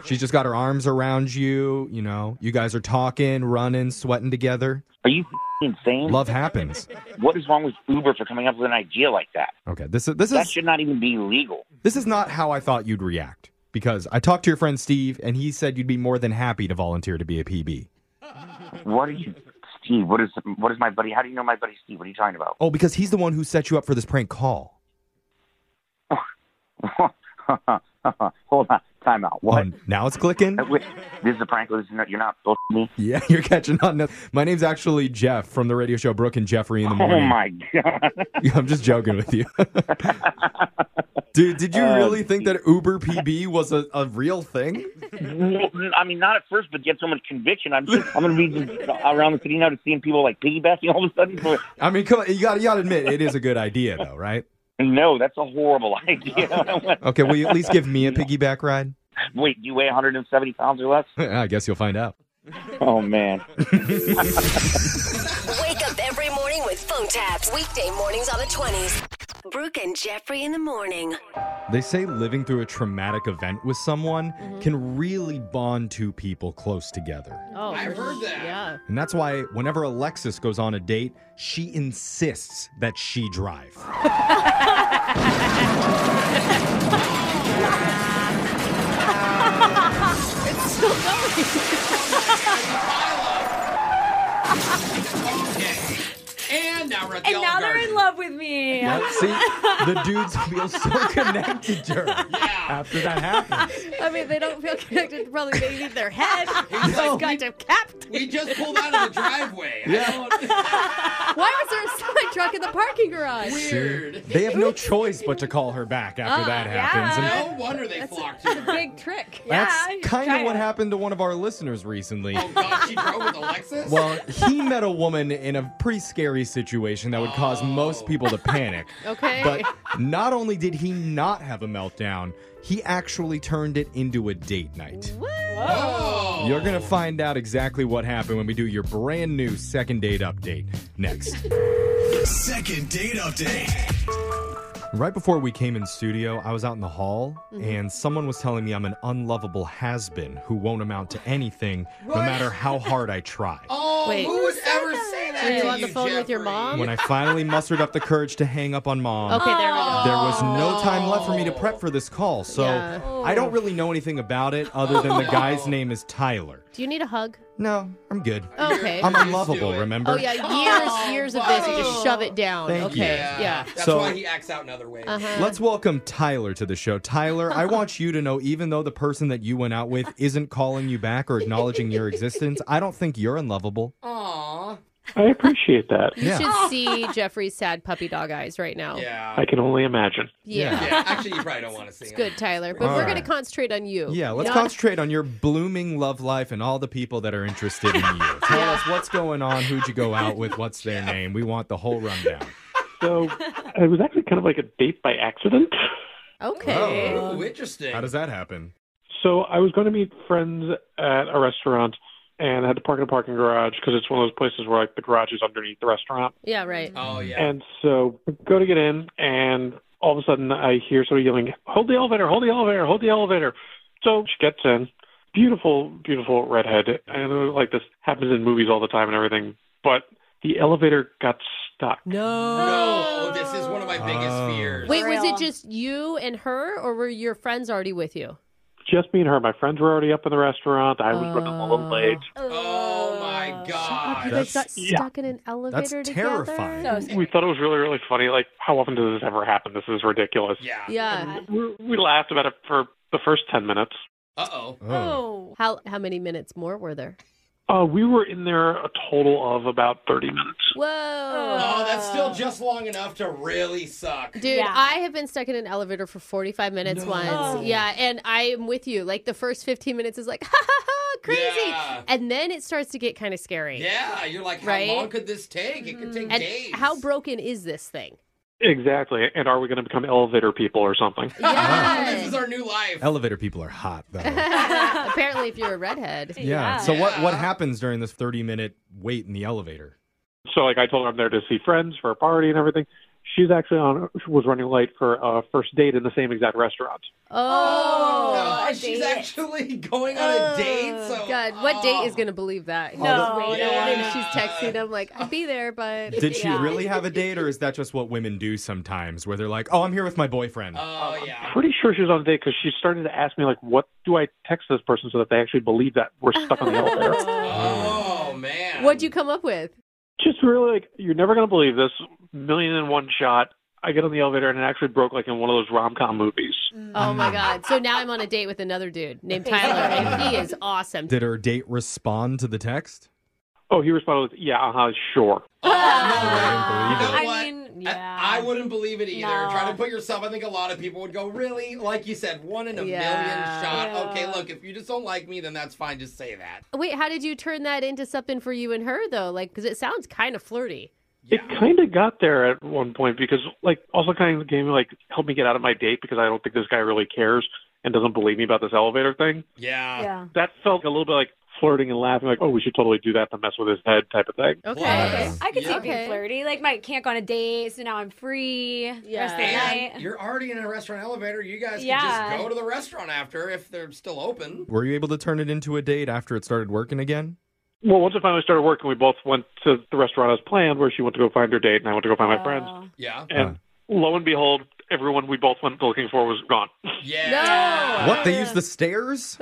[SPEAKER 3] She's just got her arms around you, you know. You guys are talking, running, sweating together.
[SPEAKER 16] Are you f***ing insane?
[SPEAKER 3] Love happens.
[SPEAKER 16] What is wrong with Uber for coming up with an idea like that?
[SPEAKER 3] Okay, this is this
[SPEAKER 16] that
[SPEAKER 3] is
[SPEAKER 16] should not even be legal.
[SPEAKER 3] This is not how I thought you'd react because I talked to your friend Steve and he said you'd be more than happy to volunteer to be a PB.
[SPEAKER 16] What are you, Steve? What is what is my buddy? How do you know my buddy Steve? What are you talking about?
[SPEAKER 3] Oh, because he's the one who set you up for this prank call.
[SPEAKER 16] Hold on, time out. What?
[SPEAKER 3] Oh, now it's clicking.
[SPEAKER 16] Wait, This is a prank. This is not, you're not bullshitting me.
[SPEAKER 3] Yeah, you're catching on. now. My name's actually Jeff from the radio show Brooke and Jeffrey in the
[SPEAKER 16] Oh
[SPEAKER 3] morning.
[SPEAKER 16] my god!
[SPEAKER 3] I'm just joking with you. Dude, did you
[SPEAKER 16] Oh,
[SPEAKER 3] really think that Uber PB was a, a real thing?
[SPEAKER 16] I mean, not at first, but get so much conviction. I'm I'm going to be around the city now to seeing people like piggybacking all of a sudden. So,
[SPEAKER 3] I mean, come on, you got you got to admit it is a good idea though, right?
[SPEAKER 16] no, that's a horrible idea.
[SPEAKER 3] Okay, will you at least give me a piggyback ride?
[SPEAKER 16] Wait, you weigh 170 pounds or less?
[SPEAKER 3] I guess you'll find out.
[SPEAKER 16] Oh man.
[SPEAKER 10] Wake up every morning with phone taps. Weekday mornings on the 20s. Brooke and Jeffrey in the morning.
[SPEAKER 3] They say living through a traumatic event with someone can really bond two people close together.
[SPEAKER 1] Oh, I heard that. Yeah.
[SPEAKER 3] And that's why whenever Alexis goes on a date, she insists that she drive.
[SPEAKER 1] it's still going.
[SPEAKER 2] And now we're at the
[SPEAKER 11] And now
[SPEAKER 2] Olive
[SPEAKER 11] they're
[SPEAKER 2] Garden.
[SPEAKER 11] in love with me.
[SPEAKER 3] Yeah, see, the dudes feel so connected to her after that happened.
[SPEAKER 1] I mean, they don't feel connected. Probably they need their head.
[SPEAKER 2] No.
[SPEAKER 1] Just got them capped.
[SPEAKER 2] We just pulled out of the driveway.
[SPEAKER 3] Yeah.
[SPEAKER 1] Why was there a semi truck in the parking garage?
[SPEAKER 3] See, They have no choice but to call her back after
[SPEAKER 1] Uh,
[SPEAKER 3] that happens. And
[SPEAKER 2] No wonder they flocked to
[SPEAKER 1] That's a big trick.
[SPEAKER 3] That's kind of what happened to one of our listeners
[SPEAKER 11] Oh,
[SPEAKER 3] recently.
[SPEAKER 2] Oh, God, she drove with Alexis?
[SPEAKER 3] Well, he met a woman in a pretty scary situation that would cause
[SPEAKER 2] Oh.
[SPEAKER 3] most people to panic.
[SPEAKER 1] Okay.
[SPEAKER 3] But not only did he not have a meltdown, he actually turned it into a date night.
[SPEAKER 2] Whoa.
[SPEAKER 3] You're going to find out exactly what happened when we do your brand new second date update next.
[SPEAKER 15] Second date update.
[SPEAKER 3] Right before we came in studio, I was out in the hall
[SPEAKER 2] Mm-hmm.
[SPEAKER 3] and someone was telling me I'm an unlovable has been who won't amount to anything no
[SPEAKER 2] What?
[SPEAKER 3] matter how hard I try.
[SPEAKER 2] Oh,
[SPEAKER 1] Wait.
[SPEAKER 2] who would ever say that?
[SPEAKER 1] Were you
[SPEAKER 2] to
[SPEAKER 1] on the phone with your mom?
[SPEAKER 3] When I finally mustered up the courage to hang up on mom,
[SPEAKER 1] Okay, there we go.
[SPEAKER 3] there was no time left for me to prep for this call. So
[SPEAKER 1] Yeah.
[SPEAKER 3] I don't really know anything about it other than the guy's name is Tyler.
[SPEAKER 1] Do you need a hug?
[SPEAKER 3] No, I'm good.
[SPEAKER 1] Okay.
[SPEAKER 3] I'm unlovable, remember?
[SPEAKER 1] Oh yeah, years, years of this. You just shove it down.
[SPEAKER 3] Thank
[SPEAKER 1] okay.
[SPEAKER 3] you.
[SPEAKER 1] Yeah. Uh-huh.
[SPEAKER 2] That's
[SPEAKER 3] So-
[SPEAKER 2] why he acts out in other ways.
[SPEAKER 3] Let's welcome Tyler to the show. Tyler, I want you to know even though the person that you went out with isn't calling you back or acknowledging your existence, I don't think you're unlovable.
[SPEAKER 1] Aww.
[SPEAKER 13] I appreciate that.
[SPEAKER 1] You should see Jeffrey's sad puppy dog eyes right now.
[SPEAKER 2] Yeah.
[SPEAKER 13] I can only imagine.
[SPEAKER 1] Yeah.
[SPEAKER 2] Actually, you probably don't want to see
[SPEAKER 1] It's
[SPEAKER 2] him.
[SPEAKER 1] good, Tyler. But
[SPEAKER 3] All
[SPEAKER 1] we're
[SPEAKER 3] right.
[SPEAKER 1] going to concentrate on you.
[SPEAKER 3] Yeah, let's
[SPEAKER 1] Not-
[SPEAKER 3] concentrate on your blooming love life and all the people that are interested in you. Tell us what's going on, who'd you go out with, what's their name. We want the whole rundown.
[SPEAKER 13] So it was actually kind of like a date by accident.
[SPEAKER 1] Okay.
[SPEAKER 13] oh,
[SPEAKER 2] Ooh, Oh, interesting.
[SPEAKER 3] How does that happen?
[SPEAKER 13] So I was going to meet friends at a restaurant, and I had to park in a parking garage because it's one of those places where like the garage is underneath the restaurant.
[SPEAKER 1] Yeah, right.
[SPEAKER 2] Oh, yeah.
[SPEAKER 13] And so go to get in, and all of a sudden I hear somebody yelling, "Hold the elevator! Hold the elevator! Hold the elevator!" So she gets in, beautiful, beautiful redhead, and it was like this happens in movies all the time and everything. But the elevator got stuck.
[SPEAKER 1] No.
[SPEAKER 2] No, Oh, this is one of
[SPEAKER 1] Oh.
[SPEAKER 2] my biggest
[SPEAKER 3] Oh.
[SPEAKER 2] fears.
[SPEAKER 1] Wait, was it just you and her, or were your friends already with you?
[SPEAKER 13] Just me and her. My friends were already up in the restaurant. I was running a little late.
[SPEAKER 2] Oh my god.
[SPEAKER 1] You guys got stuck in an elevator together.
[SPEAKER 13] We thought it was really, really funny. Like, how often does this ever happen? This is ridiculous.
[SPEAKER 2] Yeah.
[SPEAKER 1] Yeah.
[SPEAKER 13] We laughed about it for the first 10 minutes.
[SPEAKER 2] Uh oh.
[SPEAKER 1] Oh. How how many minutes more were there?
[SPEAKER 13] Uh, we were in there a total of about 30 minutes.
[SPEAKER 1] Whoa.
[SPEAKER 2] Oh, that's still just long enough to really suck.
[SPEAKER 1] Dude, I have been stuck in an elevator for 45 minutes once. Yeah, and I am with you. Like the first 15 minutes is like, ha ha ha, crazy.
[SPEAKER 2] Yeah.
[SPEAKER 1] And then it starts to get kind of scary.
[SPEAKER 2] Yeah, you're like, how
[SPEAKER 1] Right?
[SPEAKER 2] long could this take? It could take
[SPEAKER 1] And
[SPEAKER 2] days.
[SPEAKER 1] how broken is this thing?
[SPEAKER 13] Exactly. And are we going to become elevator people or something?
[SPEAKER 2] This is our new life.
[SPEAKER 3] Elevator people are hot, though. Yeah.
[SPEAKER 1] Apparently, if you're a redhead.
[SPEAKER 3] So what what happens during this 30 minute wait in the elevator?
[SPEAKER 13] So, like, I told her I'm there to see friends for a party and everything. She's actually on, she was running late for a first date in the same exact restaurant.
[SPEAKER 1] Oh,
[SPEAKER 2] no, she's actually going on a date. So
[SPEAKER 1] God, what date is going to believe that?
[SPEAKER 2] No,
[SPEAKER 1] Just waiting
[SPEAKER 2] yeah.
[SPEAKER 1] and she's texting him like, I'll be there, but.
[SPEAKER 3] Did she really have a date, or is that just what women do sometimes, where they're like, "Oh, I'm here with my boyfriend."
[SPEAKER 1] Uh,
[SPEAKER 2] Oh yeah.
[SPEAKER 13] Pretty sure she was on a date because she started to ask me, like, what do I text this person so that they actually believe that we're stuck on the elevator?
[SPEAKER 2] Oh man.
[SPEAKER 1] What'd you come up with?
[SPEAKER 13] just really like you're never gonna believe this million in one shot. I get on the elevator and it actually broke like in one of those rom com movies.
[SPEAKER 1] Oh my God. So now I'm on a date with another dude named Tyler, and he is awesome.
[SPEAKER 3] Did her date respond to the text?
[SPEAKER 13] Oh, he responded with, "Yeah, uh huh, sure."
[SPEAKER 2] I mean, yeah. I, wouldn't believe it either.
[SPEAKER 1] No.
[SPEAKER 2] Try to put yourself. I think a lot of people would go, really, like you said, one in a
[SPEAKER 1] Yeah.
[SPEAKER 2] million shot.
[SPEAKER 1] Yeah.
[SPEAKER 2] Okay, look, if you just don't like me, then that's fine. Just say that.
[SPEAKER 1] Wait, how did you turn that into something for you and her though? Like, because it sounds kind of flirty.
[SPEAKER 13] It kind of got there at one point because like also kind of gave me like help me get out of my date because I don't think this guy really cares and doesn't believe me about this elevator thing.
[SPEAKER 2] Yeah.
[SPEAKER 13] Yeah. That felt a little bit like flirting and laughing, like, "Oh, we should totally do that to mess with his head," type of thing.
[SPEAKER 1] Okay.
[SPEAKER 11] I could see it
[SPEAKER 1] Okay.
[SPEAKER 11] being flirty. Like, my can't go on a date, so now I'm free. Yeah. Rest of the night.
[SPEAKER 2] And you're already in a restaurant elevator. You guys can
[SPEAKER 11] Yeah.
[SPEAKER 2] just go to the restaurant after if they're still open.
[SPEAKER 3] Were you able to turn it into a date after it started working again?
[SPEAKER 13] Well, once I finally started working, we both went to the restaurant as planned, where she went to go find her date, and I went to go find my friends.
[SPEAKER 2] Yeah.
[SPEAKER 13] And lo and behold, everyone we both went looking for was gone.
[SPEAKER 2] Yeah.
[SPEAKER 3] Uh, What? They used the stairs?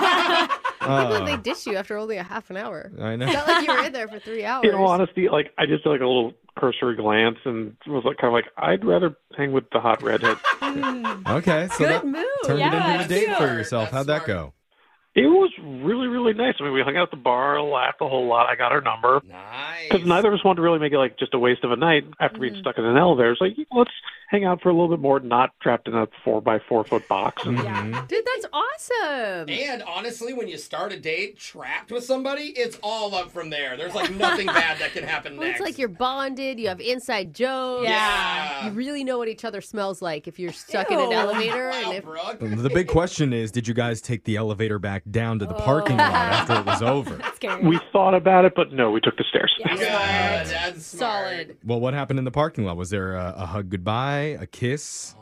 [SPEAKER 1] Why would
[SPEAKER 3] Oh.
[SPEAKER 1] they ditch you after only a half an hour?
[SPEAKER 3] I know.
[SPEAKER 1] It's not like you were in there for three hours.
[SPEAKER 13] In all honesty, like I just did like a little cursory glance and was like kind of like I'd rather hang with the hot redhead.
[SPEAKER 3] Okay, so
[SPEAKER 13] Hmm. Good
[SPEAKER 3] that
[SPEAKER 13] move.
[SPEAKER 3] turned
[SPEAKER 13] Yeah,
[SPEAKER 3] it into a date for
[SPEAKER 13] smart.
[SPEAKER 3] yourself. How'd that go?
[SPEAKER 13] It was really, really nice. I mean, we hung out at the bar, laughed a whole lot. I got her number.
[SPEAKER 2] Nice.
[SPEAKER 13] Because neither of us wanted to really make it like just a waste of a night after
[SPEAKER 1] Mhm.
[SPEAKER 13] being stuck in an elevator. It's like let's hang out for a little bit more, not trapped in a four by four foot box. And
[SPEAKER 2] Mm-hmm.
[SPEAKER 1] Dude, that's awesome.
[SPEAKER 2] And honestly, when you start a date trapped with somebody, it's all up from there. There's like nothing bad that can happen
[SPEAKER 1] Well, it's
[SPEAKER 2] next.
[SPEAKER 1] like you're bonded. You have inside jokes.
[SPEAKER 2] Yeah.
[SPEAKER 1] You really know what each other smells like if you're stuck in an
[SPEAKER 2] Ew.
[SPEAKER 1] elevator. and if,
[SPEAKER 3] The big question is, did you guys take the elevator back down to the parking lot after it was over?
[SPEAKER 13] We thought about it, but no, we took the stairs.
[SPEAKER 2] that's
[SPEAKER 1] solid.
[SPEAKER 3] Well, what happened in the parking lot? Was there a, a hug goodbye, a kiss?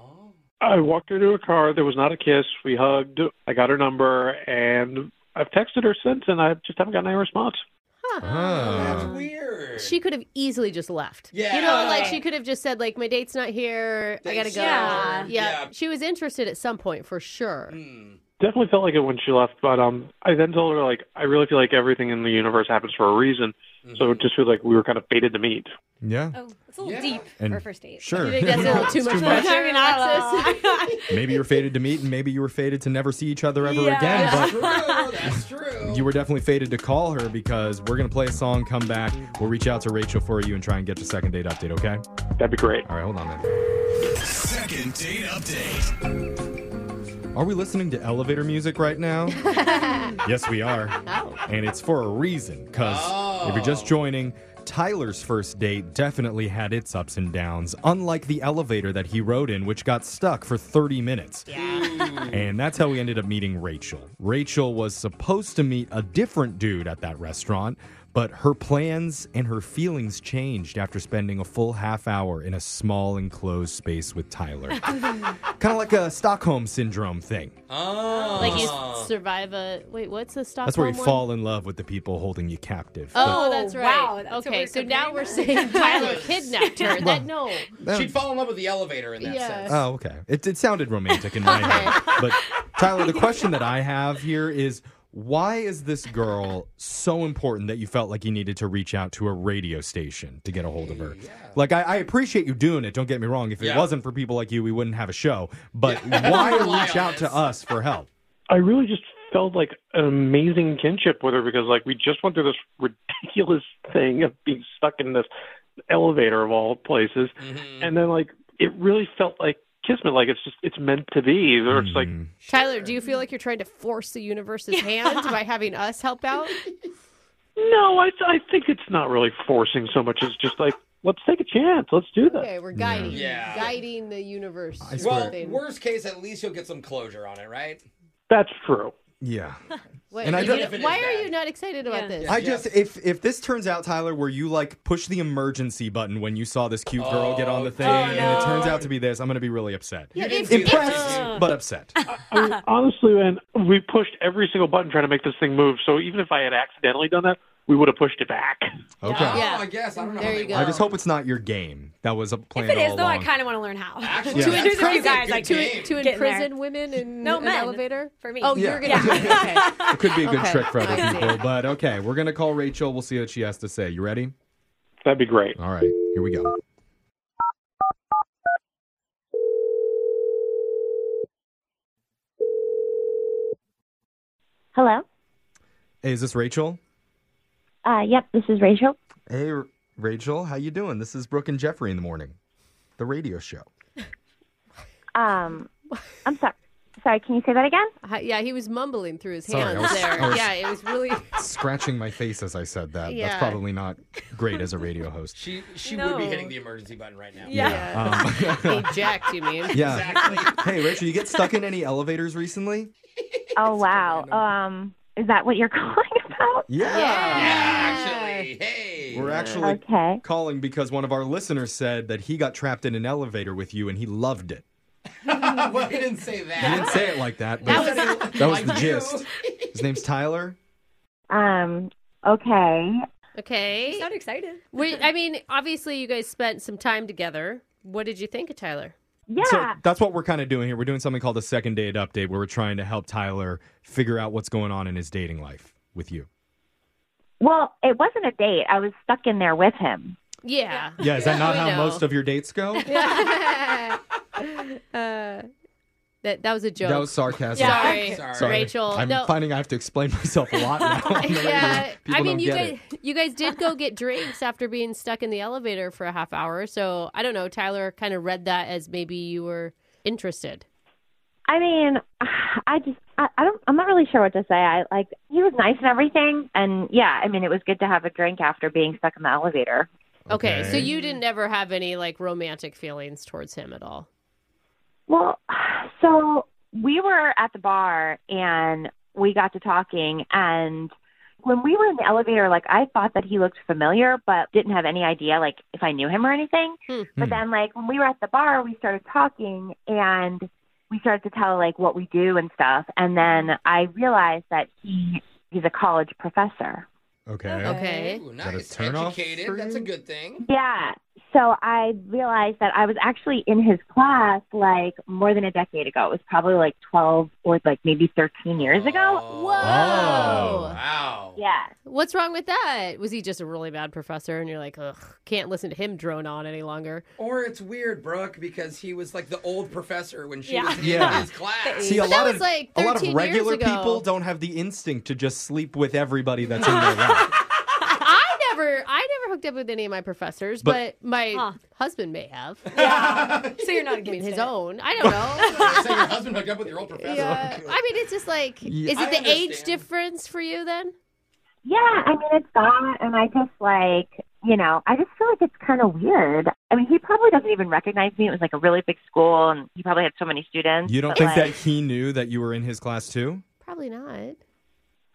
[SPEAKER 13] I walked her to her car. There was not a kiss. We hugged. I got her number, and I've texted her since, and I just haven't gotten any response.
[SPEAKER 3] Huh.
[SPEAKER 1] She could have easily just left.
[SPEAKER 2] Yeah.
[SPEAKER 1] You know, like she could have just said, like, my date's not here. I gotta
[SPEAKER 2] Thanks,
[SPEAKER 1] go.
[SPEAKER 2] Yeah.
[SPEAKER 1] Yeah.
[SPEAKER 2] sir. Yeah. Hmm.
[SPEAKER 1] She was interested at some point for sure.
[SPEAKER 13] Definitely felt like it when she left, but um, I then told her like I really feel like everything in the universe happens for a reason. So it just feels like we were kind of fated to meet.
[SPEAKER 3] Yeah.
[SPEAKER 11] Oh, it's a little deep
[SPEAKER 3] And
[SPEAKER 11] for a first date.
[SPEAKER 3] sure.
[SPEAKER 1] You think that's a little too
[SPEAKER 11] It's
[SPEAKER 1] much
[SPEAKER 11] too much.
[SPEAKER 1] pressure,
[SPEAKER 11] Maybe not at all.
[SPEAKER 1] Alexis?
[SPEAKER 3] Maybe you were fated to meet, and maybe you were fated to never see each other ever again. But
[SPEAKER 2] That's true. That's true.
[SPEAKER 3] You were definitely fated to call her because we're going to play a song, come back. We'll reach out to Rachel for you and try and get your second date update, okay?
[SPEAKER 13] That'd be great.
[SPEAKER 3] All right, hold on, man.
[SPEAKER 15] Second date update.
[SPEAKER 3] Are we listening to elevator music right now? yes, we are. And it's for a reason because if you're
[SPEAKER 2] Oh.
[SPEAKER 3] just joining, Tyler's first date definitely had its ups and downs, unlike the elevator that he rode in, which got stuck for 30 minutes. And that's how we ended up meeting Rachel. Rachel was supposed to meet a different dude at that restaurant, but her plans and her feelings changed after spending a full half hour in a small enclosed space with Tyler. kind of like a Stockholm syndrome thing.
[SPEAKER 2] Oh.
[SPEAKER 1] Like you survive a. Wait, what's the stop?
[SPEAKER 3] That's where you fall in love with the people holding you captive.
[SPEAKER 1] Oh,
[SPEAKER 3] But-
[SPEAKER 1] that's right.
[SPEAKER 2] wow, that's what
[SPEAKER 1] okay,
[SPEAKER 2] we're
[SPEAKER 1] so now we're
[SPEAKER 2] comparing
[SPEAKER 1] saying
[SPEAKER 2] that.
[SPEAKER 1] Tyler kidnapped her. That no.
[SPEAKER 2] She'd fall in love with the elevator in that
[SPEAKER 1] Yeah.
[SPEAKER 2] sense.
[SPEAKER 3] Oh, okay. It, it sounded romantic in my head. But Tyler, the question that I have here is why is this girl so important that you felt like you needed to reach out to a radio station to get a hold of her? Like, I, I appreciate you doing it. Don't get me wrong. If it
[SPEAKER 13] Yeah.
[SPEAKER 3] wasn't for people like you, we wouldn't have a show. But
[SPEAKER 13] Yeah.
[SPEAKER 3] why
[SPEAKER 13] Rely
[SPEAKER 3] reach out to us for help?
[SPEAKER 13] I really just felt like an amazing kinship with her because like we just went through this ridiculous thing of being stuck in this elevator of all places, and then like it really felt like kismet. Like it's just it's meant to be. Or it's like
[SPEAKER 1] Tyler, do you feel like you're trying to force the universe's hand by having us help out?
[SPEAKER 13] no, I I think it's not really forcing so much as just like let's take a chance. Let's do this.
[SPEAKER 1] Okay, we're guiding,
[SPEAKER 2] Yeah.
[SPEAKER 1] guiding the universe. or
[SPEAKER 2] well,
[SPEAKER 1] something.
[SPEAKER 2] worst case, at least you'll get some closure on it, right?
[SPEAKER 13] That's true.
[SPEAKER 3] Yeah.
[SPEAKER 1] Wait,
[SPEAKER 3] And I
[SPEAKER 1] you
[SPEAKER 3] don't-
[SPEAKER 1] know-
[SPEAKER 3] If it is
[SPEAKER 1] why are you not excited about this?
[SPEAKER 3] I just if if this turns out, Tyler, where you like push the emergency button when you saw this cute girl get on the thing,
[SPEAKER 13] Oh,
[SPEAKER 3] and it
[SPEAKER 13] no.
[SPEAKER 3] turns out to be this, I'm gonna be really upset.
[SPEAKER 13] You didn't do
[SPEAKER 3] Impressed,
[SPEAKER 13] that.
[SPEAKER 3] but upset.
[SPEAKER 13] I mean, honestly, man, we pushed every single button trying to make this thing move. So even if I had accidentally done that, we would have pushed it back.
[SPEAKER 3] Okay.
[SPEAKER 2] Oh, I guess. I don't know.
[SPEAKER 11] There you go.
[SPEAKER 3] I just hope it's not your game. That was a plan
[SPEAKER 11] If it
[SPEAKER 3] all
[SPEAKER 11] is, though, I
[SPEAKER 3] along.
[SPEAKER 11] kind of want to learn how.
[SPEAKER 3] Yeah.
[SPEAKER 11] To
[SPEAKER 3] that's
[SPEAKER 11] introduce you
[SPEAKER 3] crazy.
[SPEAKER 11] guys,
[SPEAKER 3] Good
[SPEAKER 11] like
[SPEAKER 1] to, to
[SPEAKER 11] get in there.
[SPEAKER 1] imprison women in
[SPEAKER 11] No,
[SPEAKER 1] an
[SPEAKER 11] men.
[SPEAKER 1] elevator
[SPEAKER 11] For me.
[SPEAKER 1] Oh,
[SPEAKER 3] Yeah.
[SPEAKER 1] you're gonna. okay.
[SPEAKER 3] it could be a good
[SPEAKER 1] Okay.
[SPEAKER 3] trick for other
[SPEAKER 1] I see.
[SPEAKER 3] people, but okay, we're gonna call Rachel. We'll see what she has to say. You ready?
[SPEAKER 13] That'd be great.
[SPEAKER 3] All right, here we go.
[SPEAKER 17] Hello.
[SPEAKER 3] Hey, is this Rachel?
[SPEAKER 17] Uh, yep, this is Rachel.
[SPEAKER 3] Hey, R- Rachel, how you doing? This is Brooke and Jeffrey in the morning, the radio show.
[SPEAKER 17] Um, I'm sorry. Sorry, can you say that again?
[SPEAKER 1] Hi- Yeah, he was mumbling through his
[SPEAKER 3] Sorry, I
[SPEAKER 1] hands
[SPEAKER 3] was-
[SPEAKER 1] there.
[SPEAKER 3] I was-
[SPEAKER 1] Yeah, it was really.
[SPEAKER 3] Scratching my face as I said that.
[SPEAKER 1] Yeah.
[SPEAKER 3] That's probably not great as a radio host.
[SPEAKER 2] She she
[SPEAKER 1] No.
[SPEAKER 2] would be hitting the emergency button right now.
[SPEAKER 3] Yeah. Um,
[SPEAKER 1] Eject, you mean?
[SPEAKER 3] Yeah. Hey, Rachel, you get stuck in any elevators recently?
[SPEAKER 17] Oh wow. Um, is that what you're calling about?
[SPEAKER 3] Yeah.
[SPEAKER 2] Actually, hey.
[SPEAKER 3] We're actually
[SPEAKER 17] Okay.
[SPEAKER 3] calling because one of our listeners said that he got trapped in an elevator with you and he loved it.
[SPEAKER 2] well, he didn't say
[SPEAKER 3] He didn't
[SPEAKER 2] that.
[SPEAKER 3] say it like that, but
[SPEAKER 2] That was-
[SPEAKER 3] that was the
[SPEAKER 2] Like you.
[SPEAKER 3] gist. His name's Tyler.
[SPEAKER 17] Um. Okay.
[SPEAKER 1] Okay. You sound
[SPEAKER 11] excited.
[SPEAKER 1] I mean, obviously, you guys spent some time together. What did you think of Tyler?
[SPEAKER 17] Yeah.
[SPEAKER 3] So that's what we're kind of doing here. We're doing something called a second date update where we're trying to help Tyler figure out what's going on in his dating life with you.
[SPEAKER 17] well, it wasn't a date. I was stuck in there with him.
[SPEAKER 1] Yeah.
[SPEAKER 3] Yeah, is that not
[SPEAKER 1] We
[SPEAKER 3] how
[SPEAKER 1] know.
[SPEAKER 3] most of your dates go?
[SPEAKER 1] uh, that that was a joke.
[SPEAKER 3] That was sarcasm.
[SPEAKER 1] Sorry,
[SPEAKER 3] Sorry.
[SPEAKER 1] Rachel.
[SPEAKER 3] I'm
[SPEAKER 1] no,
[SPEAKER 3] finding I have to explain myself a lot now.
[SPEAKER 1] yeah.
[SPEAKER 3] People
[SPEAKER 1] I mean,
[SPEAKER 3] don't
[SPEAKER 1] you
[SPEAKER 3] get
[SPEAKER 1] guys,
[SPEAKER 3] it.
[SPEAKER 1] you guys did go get drinks after being stuck in the elevator for a half hour. So I don't know. Tyler kind of read that as maybe you were interested.
[SPEAKER 17] I mean, I just I, I don't I'm not really sure what to say. I like he was nice and everything and yeah, I mean it was good to have a drink after being stuck in the elevator.
[SPEAKER 1] Okay, so
[SPEAKER 17] Okay.
[SPEAKER 1] you didn't ever have any like romantic feelings towards him at all.
[SPEAKER 17] Well, so we were at the bar and we got to talking and when we were in the elevator like I thought that he looked familiar but didn't have any idea like if I knew him or anything.
[SPEAKER 1] Hmm.
[SPEAKER 12] Hmm.
[SPEAKER 17] But then like when we were at the bar we started talking and we started to tell like what we do and stuff and then I realized that he he's a college professor.
[SPEAKER 3] Okay.
[SPEAKER 1] Okay.
[SPEAKER 2] Ooh,
[SPEAKER 3] that a
[SPEAKER 2] nice.
[SPEAKER 3] turn off
[SPEAKER 2] Educated. That's a good thing.
[SPEAKER 17] Yeah. So I realized that I was actually in his class like more than a decade ago. It was probably like 12 or like maybe 13 years ago.
[SPEAKER 1] Whoa.
[SPEAKER 3] Oh.
[SPEAKER 2] Wow.
[SPEAKER 17] Yeah.
[SPEAKER 1] What's wrong with that? Was he just a really bad professor and you're like, ugh, can't listen to him drone on any longer?
[SPEAKER 2] Or it's weird, Brooke, because he was like the old professor when she
[SPEAKER 1] Yeah.
[SPEAKER 2] was in
[SPEAKER 3] Yeah.
[SPEAKER 2] his class.
[SPEAKER 3] See, a
[SPEAKER 1] that
[SPEAKER 3] lot
[SPEAKER 1] was
[SPEAKER 3] of
[SPEAKER 1] like
[SPEAKER 3] a lot
[SPEAKER 1] 13
[SPEAKER 3] of
[SPEAKER 1] years
[SPEAKER 3] regular
[SPEAKER 1] ago.
[SPEAKER 3] people don't have the instinct to just sleep with everybody that's in their life.
[SPEAKER 1] I never I never hooked up with any of my professors, but,
[SPEAKER 3] But-
[SPEAKER 1] my husband may have.
[SPEAKER 11] so you're not
[SPEAKER 1] I mean, his own. I don't know.
[SPEAKER 2] Say your husband hooked up with your old professor.
[SPEAKER 1] yeah. Uh, I mean, it's just like,
[SPEAKER 2] Yeah.
[SPEAKER 1] is
[SPEAKER 2] I
[SPEAKER 1] it the age
[SPEAKER 2] understand.
[SPEAKER 1] difference for you then?
[SPEAKER 17] Yeah, I mean it's that and I just like, you know, I just feel like it's kind of weird. I mean, he probably doesn't even recognize me. It was like a really big school and he probably had so many students.
[SPEAKER 3] You don't
[SPEAKER 17] but,
[SPEAKER 3] think
[SPEAKER 17] like,
[SPEAKER 3] that he knew that you were in his class too?
[SPEAKER 1] Probably not.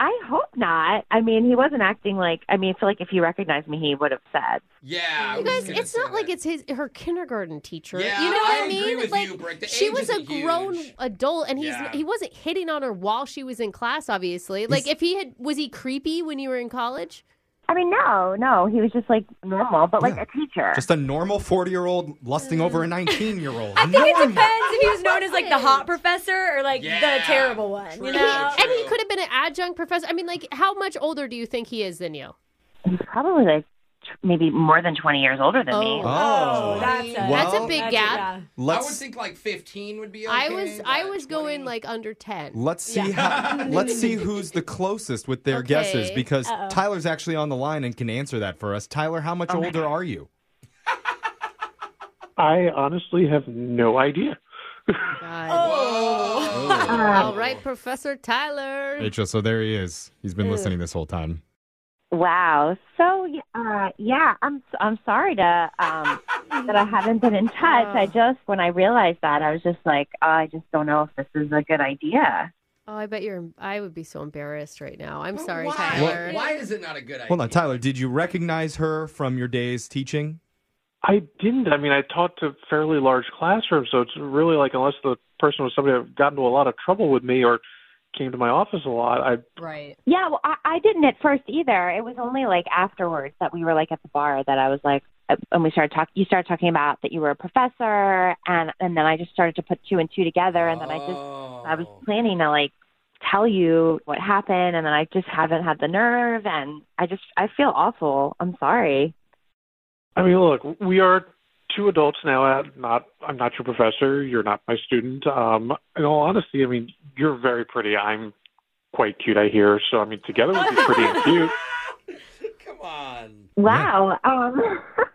[SPEAKER 17] I hope not. I mean, he wasn't acting like I mean, I feel like if he recognized me, he would have said.
[SPEAKER 2] Yeah.
[SPEAKER 1] You guys, it's not like it's his her kindergarten teacher.
[SPEAKER 2] Yeah,
[SPEAKER 1] you know what
[SPEAKER 2] I
[SPEAKER 1] I mean?
[SPEAKER 2] agree with
[SPEAKER 1] like
[SPEAKER 2] you, Brooke. The
[SPEAKER 1] she
[SPEAKER 2] age
[SPEAKER 1] was a
[SPEAKER 2] isn't huge.
[SPEAKER 1] grown adult, and he's
[SPEAKER 2] Yeah.
[SPEAKER 1] he wasn't hitting on her while she was in class. Obviously, like if he had was he creepy when you were in college?
[SPEAKER 17] I mean, no, no, he was just like normal, but like a teacher.
[SPEAKER 3] Just a normal 40 year old lusting
[SPEAKER 1] Mm.
[SPEAKER 3] over a 19 year old.
[SPEAKER 11] I think it depends if he was known as like the hot professor or like the
[SPEAKER 3] Yeah.
[SPEAKER 11] terrible one. You know?
[SPEAKER 1] And he could have been an adjunct professor. I mean, like how much older do you think he is than you?
[SPEAKER 17] He's probably like tw- maybe more than 20 years older than me.
[SPEAKER 3] Oh.
[SPEAKER 1] that's a, that's a
[SPEAKER 3] Well,
[SPEAKER 1] big
[SPEAKER 3] that's a-
[SPEAKER 1] gap.
[SPEAKER 3] Let's
[SPEAKER 2] I would think like 15 would be okay.
[SPEAKER 1] I was I was going like under ten.
[SPEAKER 3] Let's see how, let's see who's the closest with their guesses
[SPEAKER 1] Okay.
[SPEAKER 3] because
[SPEAKER 1] Uh-oh.
[SPEAKER 3] Tyler's actually on the line and can answer that for us. Tyler, how much
[SPEAKER 1] Oh my
[SPEAKER 3] older are you?
[SPEAKER 13] I honestly have no idea.
[SPEAKER 3] Oh.
[SPEAKER 1] All right, Professor Tyler.
[SPEAKER 3] Rachel, so there he is. He's been
[SPEAKER 17] Ugh.
[SPEAKER 3] listening this whole time.
[SPEAKER 17] Wow. So uh, yeah, I'm I'm sorry to um, that I haven't been in touch. I just when I realized that, I was just like, oh, I just don't know if this is a good idea.
[SPEAKER 1] Oh, I bet you're. I would be so embarrassed right now. I'm sorry,
[SPEAKER 2] why?
[SPEAKER 1] Tyler.
[SPEAKER 2] Why is it not a good idea?
[SPEAKER 3] Hold on, Tyler, did you recognize her from your days teaching?
[SPEAKER 13] I didn't. I mean, I taught to fairly large classrooms, so it's really like unless the person was somebody that got into a lot of trouble with me or came to my office a lot, I
[SPEAKER 11] Right.
[SPEAKER 17] Yeah. Well, I, I didn't at first either. It was only like afterwards that we were like at the bar that I was like, uh, and we started talking. You started talking about that you were a professor, and and then I just started to put two and two together, and then I just I was
[SPEAKER 3] Oh.
[SPEAKER 17] planning to like tell you what happened and then I just haven't had the nerve and I just I feel awful. I'm sorry.
[SPEAKER 13] I mean, look, we are two adults now. I'm not, I'm not your professor. You're not my student. Um, in all honesty, I mean, you're very pretty. I'm quite cute, I hear. So, I mean, together we'd be pretty and cute.
[SPEAKER 17] Wow. Um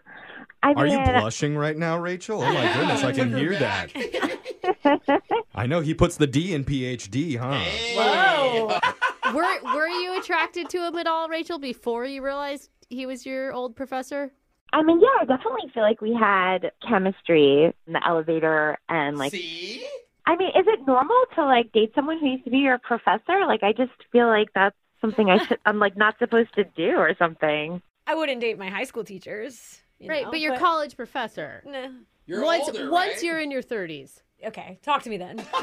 [SPEAKER 17] I
[SPEAKER 3] Are you
[SPEAKER 17] mean
[SPEAKER 3] blushing right now, Rachel? Oh my goodness, I can hear that. I know he puts the D in PhD, huh?
[SPEAKER 1] Whoa. were Were you attracted to him at all, Rachel? Before you realized he was your old professor?
[SPEAKER 17] I mean yeah, I definitely feel like we had chemistry in the elevator and like
[SPEAKER 2] See?
[SPEAKER 17] I mean, is it normal to like date someone who used to be your professor? Like I just feel like that's something I should I'm like not supposed to do or something.
[SPEAKER 11] I wouldn't date my high school teachers. you
[SPEAKER 1] right,
[SPEAKER 11] know,
[SPEAKER 1] but your college professor.
[SPEAKER 11] No.
[SPEAKER 1] once
[SPEAKER 11] older,
[SPEAKER 1] Once
[SPEAKER 11] right?
[SPEAKER 1] you're in your 30s.
[SPEAKER 11] okay, talk to me then.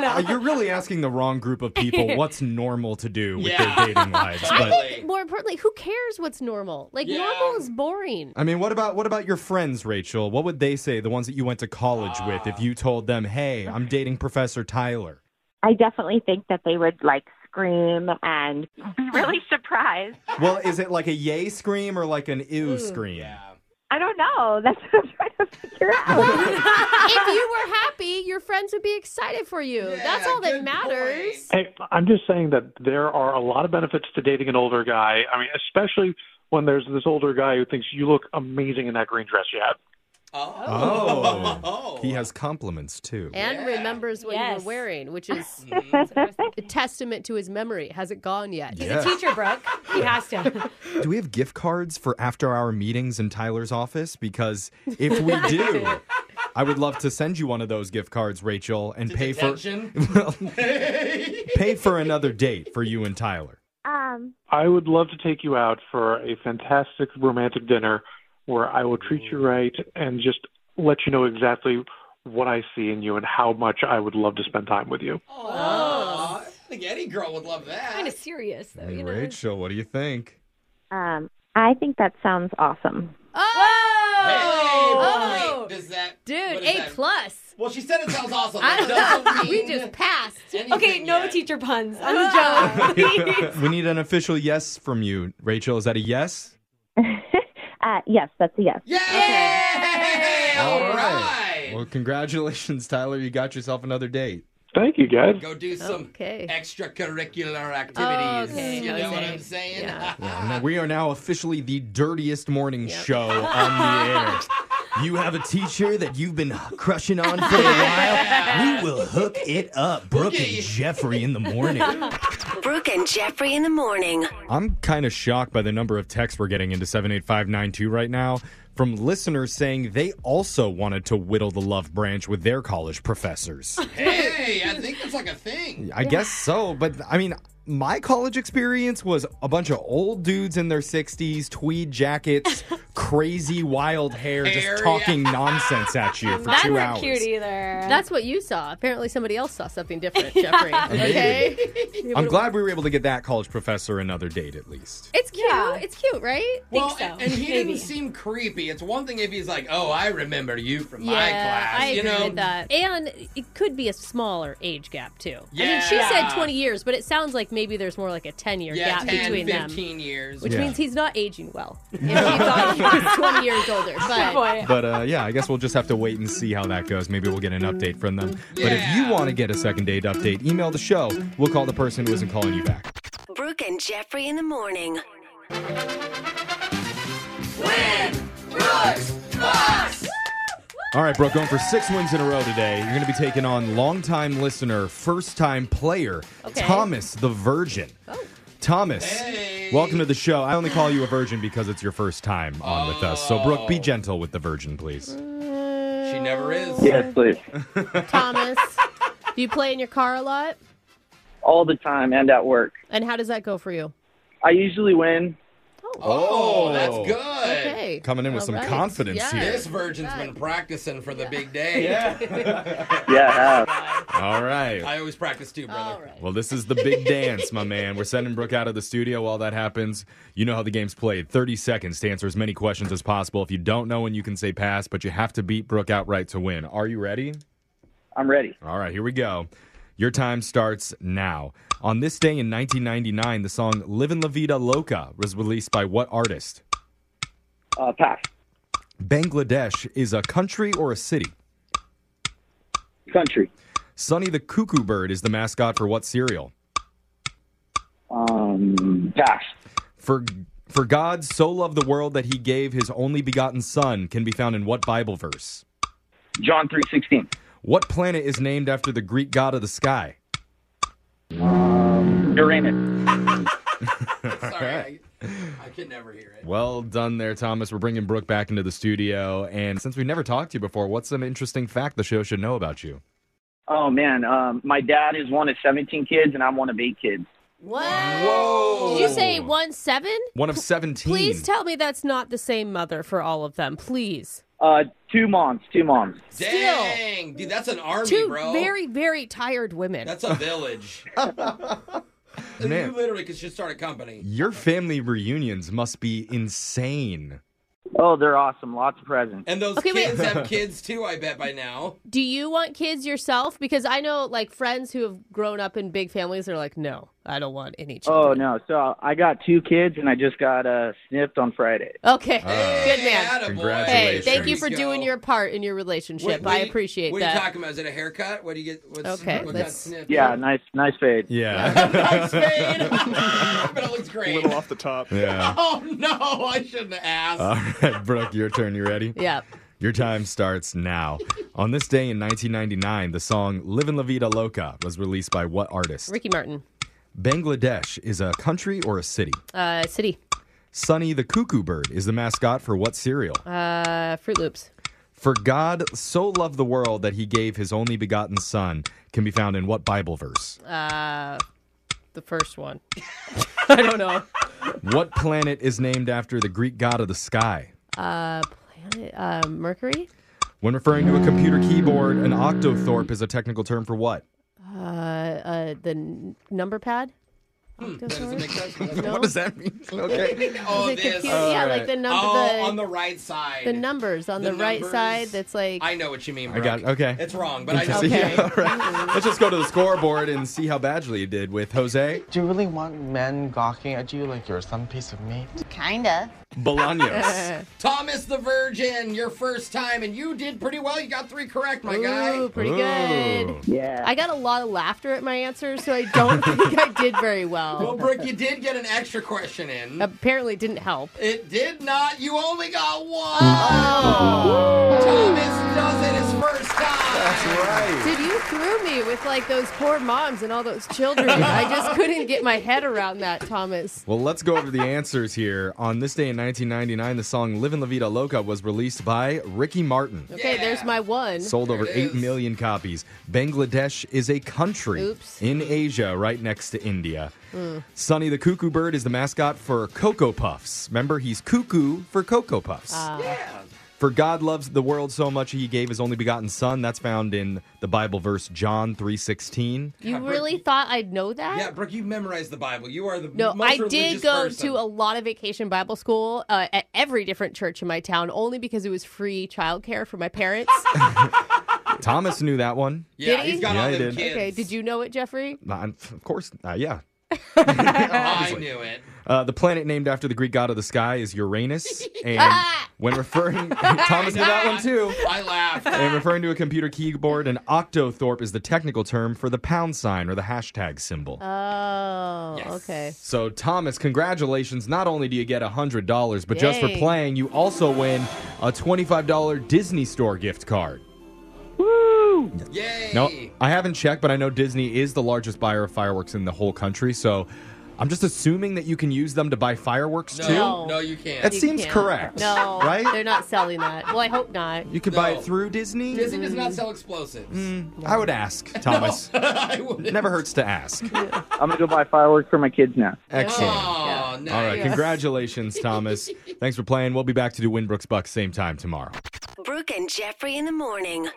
[SPEAKER 3] Uh, you're really asking the wrong group of people what's normal to do with their dating lives.
[SPEAKER 1] I
[SPEAKER 3] But
[SPEAKER 1] think more importantly, who cares what's normal? Like normal is boring.
[SPEAKER 3] I mean, what about what about your friends, Rachel? What would they say? The ones that you went to college with, if you told them, "Hey, I'm dating Professor Tyler."
[SPEAKER 17] I definitely think that they would like scream and be really surprised.
[SPEAKER 3] Well, is it like a yay scream or like an ew scream?
[SPEAKER 17] I don't know. That's what I'm trying to figure out.
[SPEAKER 1] if you were happy, your friends would be excited for you. That's all that matters.
[SPEAKER 13] Hey, I'm just saying that there are a lot of benefits to dating an older guy. I mean, especially when there's this older guy who thinks you look amazing in that green dress you have.
[SPEAKER 3] Oh. he has compliments too.
[SPEAKER 1] And remembers what you were wearing, which is a
[SPEAKER 2] Mm-hmm.
[SPEAKER 1] testament to his memory. Hasn't gone yet.
[SPEAKER 3] He's a Yeah. teacher,
[SPEAKER 1] Brooke. He has to.
[SPEAKER 3] Do we have gift cards for after hour meetings in Tyler's office? Because if we do, I would love to send you one of those gift cards, Rachel, and pay for pay for another date for you and Tyler.
[SPEAKER 17] Um,
[SPEAKER 13] I would love to take you out for a fantastic romantic dinner where I will treat you right and just let you know exactly what I see in you and how much I would love to spend time with you.
[SPEAKER 2] Aw, I think any girl would love that.
[SPEAKER 11] Kind of serious though. You know?
[SPEAKER 3] Rachel, what do you think?
[SPEAKER 17] Um, I think that sounds awesome.
[SPEAKER 2] Oh, wait, does that,
[SPEAKER 11] Dude,
[SPEAKER 2] what is
[SPEAKER 11] A
[SPEAKER 2] that?
[SPEAKER 11] plus.
[SPEAKER 2] Well, she said it sounds awesome.
[SPEAKER 11] I don't
[SPEAKER 2] That
[SPEAKER 11] know.
[SPEAKER 2] doesn't
[SPEAKER 11] we
[SPEAKER 2] mean
[SPEAKER 11] just passed.
[SPEAKER 2] anything
[SPEAKER 11] Okay, no teacher puns on the job.
[SPEAKER 3] we need an official yes from you, Rachel. Is that a yes?
[SPEAKER 17] Uh, yes, that's a yes.
[SPEAKER 2] All
[SPEAKER 3] right. Well, congratulations, Tyler. You got yourself another date.
[SPEAKER 13] Thank you, guys.
[SPEAKER 2] Go do some extracurricular activities.
[SPEAKER 1] Okay,
[SPEAKER 2] you know what
[SPEAKER 1] Jose.
[SPEAKER 2] I'm saying?
[SPEAKER 3] we are now officially the dirtiest morning show on the air. You have a teacher that you've been crushing on for a while. We will hook it up, Brooke and Jeffrey in the morning.
[SPEAKER 10] Brooke and Jeffrey in the morning.
[SPEAKER 3] I'm kind of shocked by the number of texts we're getting into 78592 right now from listeners saying they also wanted to whittle the love branch with their college professors.
[SPEAKER 2] Hey, I think that's like a thing.
[SPEAKER 3] I guess so, but I mean, my college experience was a bunch of old dudes in their 60s, tweed jackets, crazy wild hair, just talking nonsense at you for
[SPEAKER 1] Mine
[SPEAKER 3] two
[SPEAKER 1] weren't
[SPEAKER 3] hours.
[SPEAKER 11] either.
[SPEAKER 1] That's what you saw. Apparently, somebody else saw something different, Jeffrey.
[SPEAKER 3] Maybe.
[SPEAKER 1] okay. You
[SPEAKER 3] I'm
[SPEAKER 1] would've-
[SPEAKER 3] glad we were able to get that college professor another date at least.
[SPEAKER 1] It's cute. It's cute, right?
[SPEAKER 2] Well, and, and he didn't seem creepy. It's one thing if he's like, "Oh, I remember you from
[SPEAKER 1] yeah,
[SPEAKER 2] my class,"
[SPEAKER 1] I agree
[SPEAKER 2] you know.
[SPEAKER 1] with that. And it could be a smaller age gap too. I mean,
[SPEAKER 2] Yeah.
[SPEAKER 1] she said 20 years, but it sounds like maybe there's more like a 10 year
[SPEAKER 2] Yeah,
[SPEAKER 1] gap
[SPEAKER 2] 10,
[SPEAKER 1] between them,
[SPEAKER 2] 15 years.
[SPEAKER 1] which
[SPEAKER 3] Yeah.
[SPEAKER 1] means he's not aging well. If he thought he was 20 years older, but
[SPEAKER 3] But uh, yeah, I guess we'll just have to wait and see how that goes. Maybe we'll get an update from them. But if you want to get a second date update, email the show. We'll call the person who isn't calling you back.
[SPEAKER 10] Brooke and Jeffrey in the morning.
[SPEAKER 3] All right, Brooke, going for six wins in a row today. You're going to be taking on longtime listener, first time player,
[SPEAKER 1] Okay.
[SPEAKER 3] Thomas the Virgin. Thomas, welcome to the show. I only call you a virgin because it's your first time on with us. So, Brooke, be gentle with the virgin, please.
[SPEAKER 2] She never is.
[SPEAKER 18] Yes, please.
[SPEAKER 1] Thomas, do you play in your car a lot?
[SPEAKER 18] All the time and at work.
[SPEAKER 1] And how does that go for you?
[SPEAKER 18] I usually win.
[SPEAKER 2] Oh, that's good.
[SPEAKER 1] Okay.
[SPEAKER 3] Coming in with some
[SPEAKER 2] Alright.
[SPEAKER 3] confidence here.
[SPEAKER 2] This virgin's been practicing for the big day.
[SPEAKER 18] Yeah.
[SPEAKER 3] All right.
[SPEAKER 2] I always practice too, brother.
[SPEAKER 3] Well, this is the big dance, my man. We're sending Brooke out of the studio while that happens. You know how the game's played. 30 seconds to answer as many questions as possible. If you don't know when you can say pass, but you have to beat Brooke outright to win. Are you ready?
[SPEAKER 18] I'm ready.
[SPEAKER 3] All right, here we go. Your time starts now. On this day in 1999, the song Livin' La Vida Loca was released by what artist?
[SPEAKER 18] Uh, pass.
[SPEAKER 3] Bangladesh is a country or a city?
[SPEAKER 18] Country.
[SPEAKER 3] Sonny the Cuckoo Bird is the mascot for what cereal?
[SPEAKER 18] Um, pass.
[SPEAKER 3] For for God so loved the world that he gave his only begotten son can be found in what Bible verse?
[SPEAKER 18] John three sixteen.
[SPEAKER 3] What planet is named after the Greek god of the sky?
[SPEAKER 18] Um, Uranus.
[SPEAKER 2] Sorry, I, I could never hear it.
[SPEAKER 3] Well done there, Thomas. We're bringing Brooke back into the studio. And since we never talked to you before, what's an interesting fact the show should know about you?
[SPEAKER 18] Oh man, um, my dad is one of seventeen kids, and I'm one of eight kids.
[SPEAKER 1] What? Did you say one seven?
[SPEAKER 3] One of 17.
[SPEAKER 1] Please tell me that's not the same mother for all of them, please.
[SPEAKER 18] Uh, two moms, two moms.
[SPEAKER 2] Dang, dude, that's an army,
[SPEAKER 1] Two
[SPEAKER 2] bro.
[SPEAKER 1] very, very tired women.
[SPEAKER 2] That's a village.
[SPEAKER 3] Man.
[SPEAKER 2] You literally could should start a company.
[SPEAKER 3] Your family reunions must be insane.
[SPEAKER 18] Oh, they're awesome. Lots of presents.
[SPEAKER 2] And those
[SPEAKER 1] Okay, wait.
[SPEAKER 2] kids have kids too, I bet by now.
[SPEAKER 1] Do you want kids yourself? Because I know like friends who have grown up in big families are like, no, I don't want any children.
[SPEAKER 18] Oh no! So I got two kids, and I just got uh, snipped on Friday.
[SPEAKER 1] Okay,
[SPEAKER 16] Uh,
[SPEAKER 3] Oh.
[SPEAKER 1] good man. Hey,
[SPEAKER 18] congratulations.
[SPEAKER 1] thank you
[SPEAKER 18] There
[SPEAKER 1] for
[SPEAKER 18] you
[SPEAKER 1] doing your part in your relationship.
[SPEAKER 2] What- what
[SPEAKER 1] I
[SPEAKER 2] do you-
[SPEAKER 1] appreciate
[SPEAKER 2] What are
[SPEAKER 1] that.
[SPEAKER 2] you talking about? Is it a haircut? What do you get? What's,
[SPEAKER 1] Okay,
[SPEAKER 2] what got
[SPEAKER 1] let's-
[SPEAKER 2] snipped?
[SPEAKER 18] Yeah, nice, nice fade.
[SPEAKER 3] Yeah.
[SPEAKER 2] nice fade. but it looks great.
[SPEAKER 8] little off the top.
[SPEAKER 3] Yeah. Uh.
[SPEAKER 2] Oh no, I shouldn't have asked.
[SPEAKER 3] All right, Brooke, your turn. You ready?
[SPEAKER 1] yeah.
[SPEAKER 3] Your time starts now. On this day in 1999, the song Livin' La Vida Loca was released by what artist?
[SPEAKER 1] Ricky Martin,
[SPEAKER 3] Bangladesh is a country or a city?
[SPEAKER 1] uh, City,
[SPEAKER 3] Sonny the Cuckoo Bird is the mascot for what cereal?
[SPEAKER 1] uh, Fruit Loops,
[SPEAKER 3] For God so loved the world that he gave his only begotten son can be found in what Bible verse?
[SPEAKER 1] uh, the first one. I don't know.
[SPEAKER 3] What planet is named after the Greek god of the sky?
[SPEAKER 1] Uh, planet uh, Mercury,
[SPEAKER 3] When referring to a computer keyboard, an octothorpe is a technical term for what?
[SPEAKER 1] uh, uh, the n- number pad.
[SPEAKER 2] Hmm,
[SPEAKER 1] Octothorpe? No?
[SPEAKER 3] What does that mean? Okay.
[SPEAKER 2] Oh,
[SPEAKER 1] Is it
[SPEAKER 2] this.
[SPEAKER 1] confused? Yeah, like the number,
[SPEAKER 2] Oh,
[SPEAKER 1] the,
[SPEAKER 2] on the right side.
[SPEAKER 1] the numbers on
[SPEAKER 2] The
[SPEAKER 1] the, right
[SPEAKER 2] numbers.
[SPEAKER 1] side. That's like
[SPEAKER 2] I know what you mean.
[SPEAKER 3] I got it.
[SPEAKER 2] Brooke.
[SPEAKER 3] Okay.
[SPEAKER 2] It's wrong, but I know.
[SPEAKER 3] Interesting. Yeah, all right. Let's just go to the scoreboard and see how Badgley did with Jose.
[SPEAKER 19] Do you really want men gawking at you like you're some piece of meat?
[SPEAKER 18] Kinda.
[SPEAKER 3] Bolaños.
[SPEAKER 2] Thomas the Virgin, your first time, and you did pretty well. You got three correct, my guy.
[SPEAKER 1] pretty good.
[SPEAKER 18] Yeah.
[SPEAKER 1] I got a lot of laughter at my answers, so I don't think I did very well.
[SPEAKER 2] Well, Oh, Brooke, you did get an extra question in.
[SPEAKER 1] Apparently, it didn't help.
[SPEAKER 2] It did not. You only got one.
[SPEAKER 1] Oh.
[SPEAKER 2] Thomas does it his first time. That's
[SPEAKER 3] right.
[SPEAKER 1] Dude, you threw me with like those poor moms and all those children. I just couldn't get my head around that, Thomas.
[SPEAKER 3] Well, let's go over the answers here. On this day in 1999, the song Livin' La Vida Loca was released by Ricky Martin.
[SPEAKER 1] Okay, there's my one.
[SPEAKER 3] Sold over 8 million copies. Bangladesh is a country
[SPEAKER 1] Oops.
[SPEAKER 3] in Asia, right next to India.
[SPEAKER 1] Mm.
[SPEAKER 3] Sonny the Cuckoo Bird is the mascot for Cocoa Puffs. Remember, he's cuckoo for Cocoa Puffs.
[SPEAKER 1] Ah.
[SPEAKER 3] For God loves the world so much he gave his only begotten son. That's found in the Bible verse John 3:16.
[SPEAKER 1] You really thought I'd know that?
[SPEAKER 2] Yeah, Brooke, you memorized the Bible. You are the
[SPEAKER 1] No,
[SPEAKER 2] most
[SPEAKER 1] I did
[SPEAKER 2] religious
[SPEAKER 1] go
[SPEAKER 2] person.
[SPEAKER 1] to a lot of vacation Bible school uh, at every different church in my town, only because it was free childcare for my parents.
[SPEAKER 3] Thomas knew that one.
[SPEAKER 1] did he?
[SPEAKER 3] yeah, he did.
[SPEAKER 1] Okay, did you know it, Jeffrey?
[SPEAKER 3] Uh, of course, uh, yeah.
[SPEAKER 2] I knew it.
[SPEAKER 3] Uh, the planet named after the Greek god of the sky is Uranus, and when referring Thomas knew that one too.
[SPEAKER 2] I laughed.
[SPEAKER 3] And referring to a computer keyboard, an octothorpe is the technical term for the pound sign or the hashtag symbol.
[SPEAKER 1] Oh, okay.
[SPEAKER 3] So, Thomas, congratulations. Not only do you get $100, but just for
[SPEAKER 1] Yay.
[SPEAKER 3] playing, you also win a $25 Disney Store gift card.
[SPEAKER 2] Woo!
[SPEAKER 3] No, I haven't checked, but I know Disney is the largest buyer of fireworks in the whole country. So, I'm just assuming that you can use them to buy fireworks too.
[SPEAKER 1] No,
[SPEAKER 2] you can't.
[SPEAKER 3] That
[SPEAKER 1] You
[SPEAKER 3] seems
[SPEAKER 1] can't.
[SPEAKER 3] correct.
[SPEAKER 1] No,
[SPEAKER 3] Right?
[SPEAKER 1] They're not selling that. Well, I hope not.
[SPEAKER 3] You could buy it through Disney?
[SPEAKER 2] Disney does not sell explosives.
[SPEAKER 3] Mm, I would ask, Thomas.
[SPEAKER 2] I wouldn't.
[SPEAKER 3] Never hurts to ask.
[SPEAKER 18] I'm gonna go buy fireworks for my kids now.
[SPEAKER 3] Excellent.
[SPEAKER 2] Oh, nice.
[SPEAKER 3] All right.
[SPEAKER 2] Yeah.
[SPEAKER 3] Congratulations, Thomas. Thanks for playing. We'll be back to do Winbrook's Bucks same time tomorrow.
[SPEAKER 10] Brooke and Jeffrey in the morning.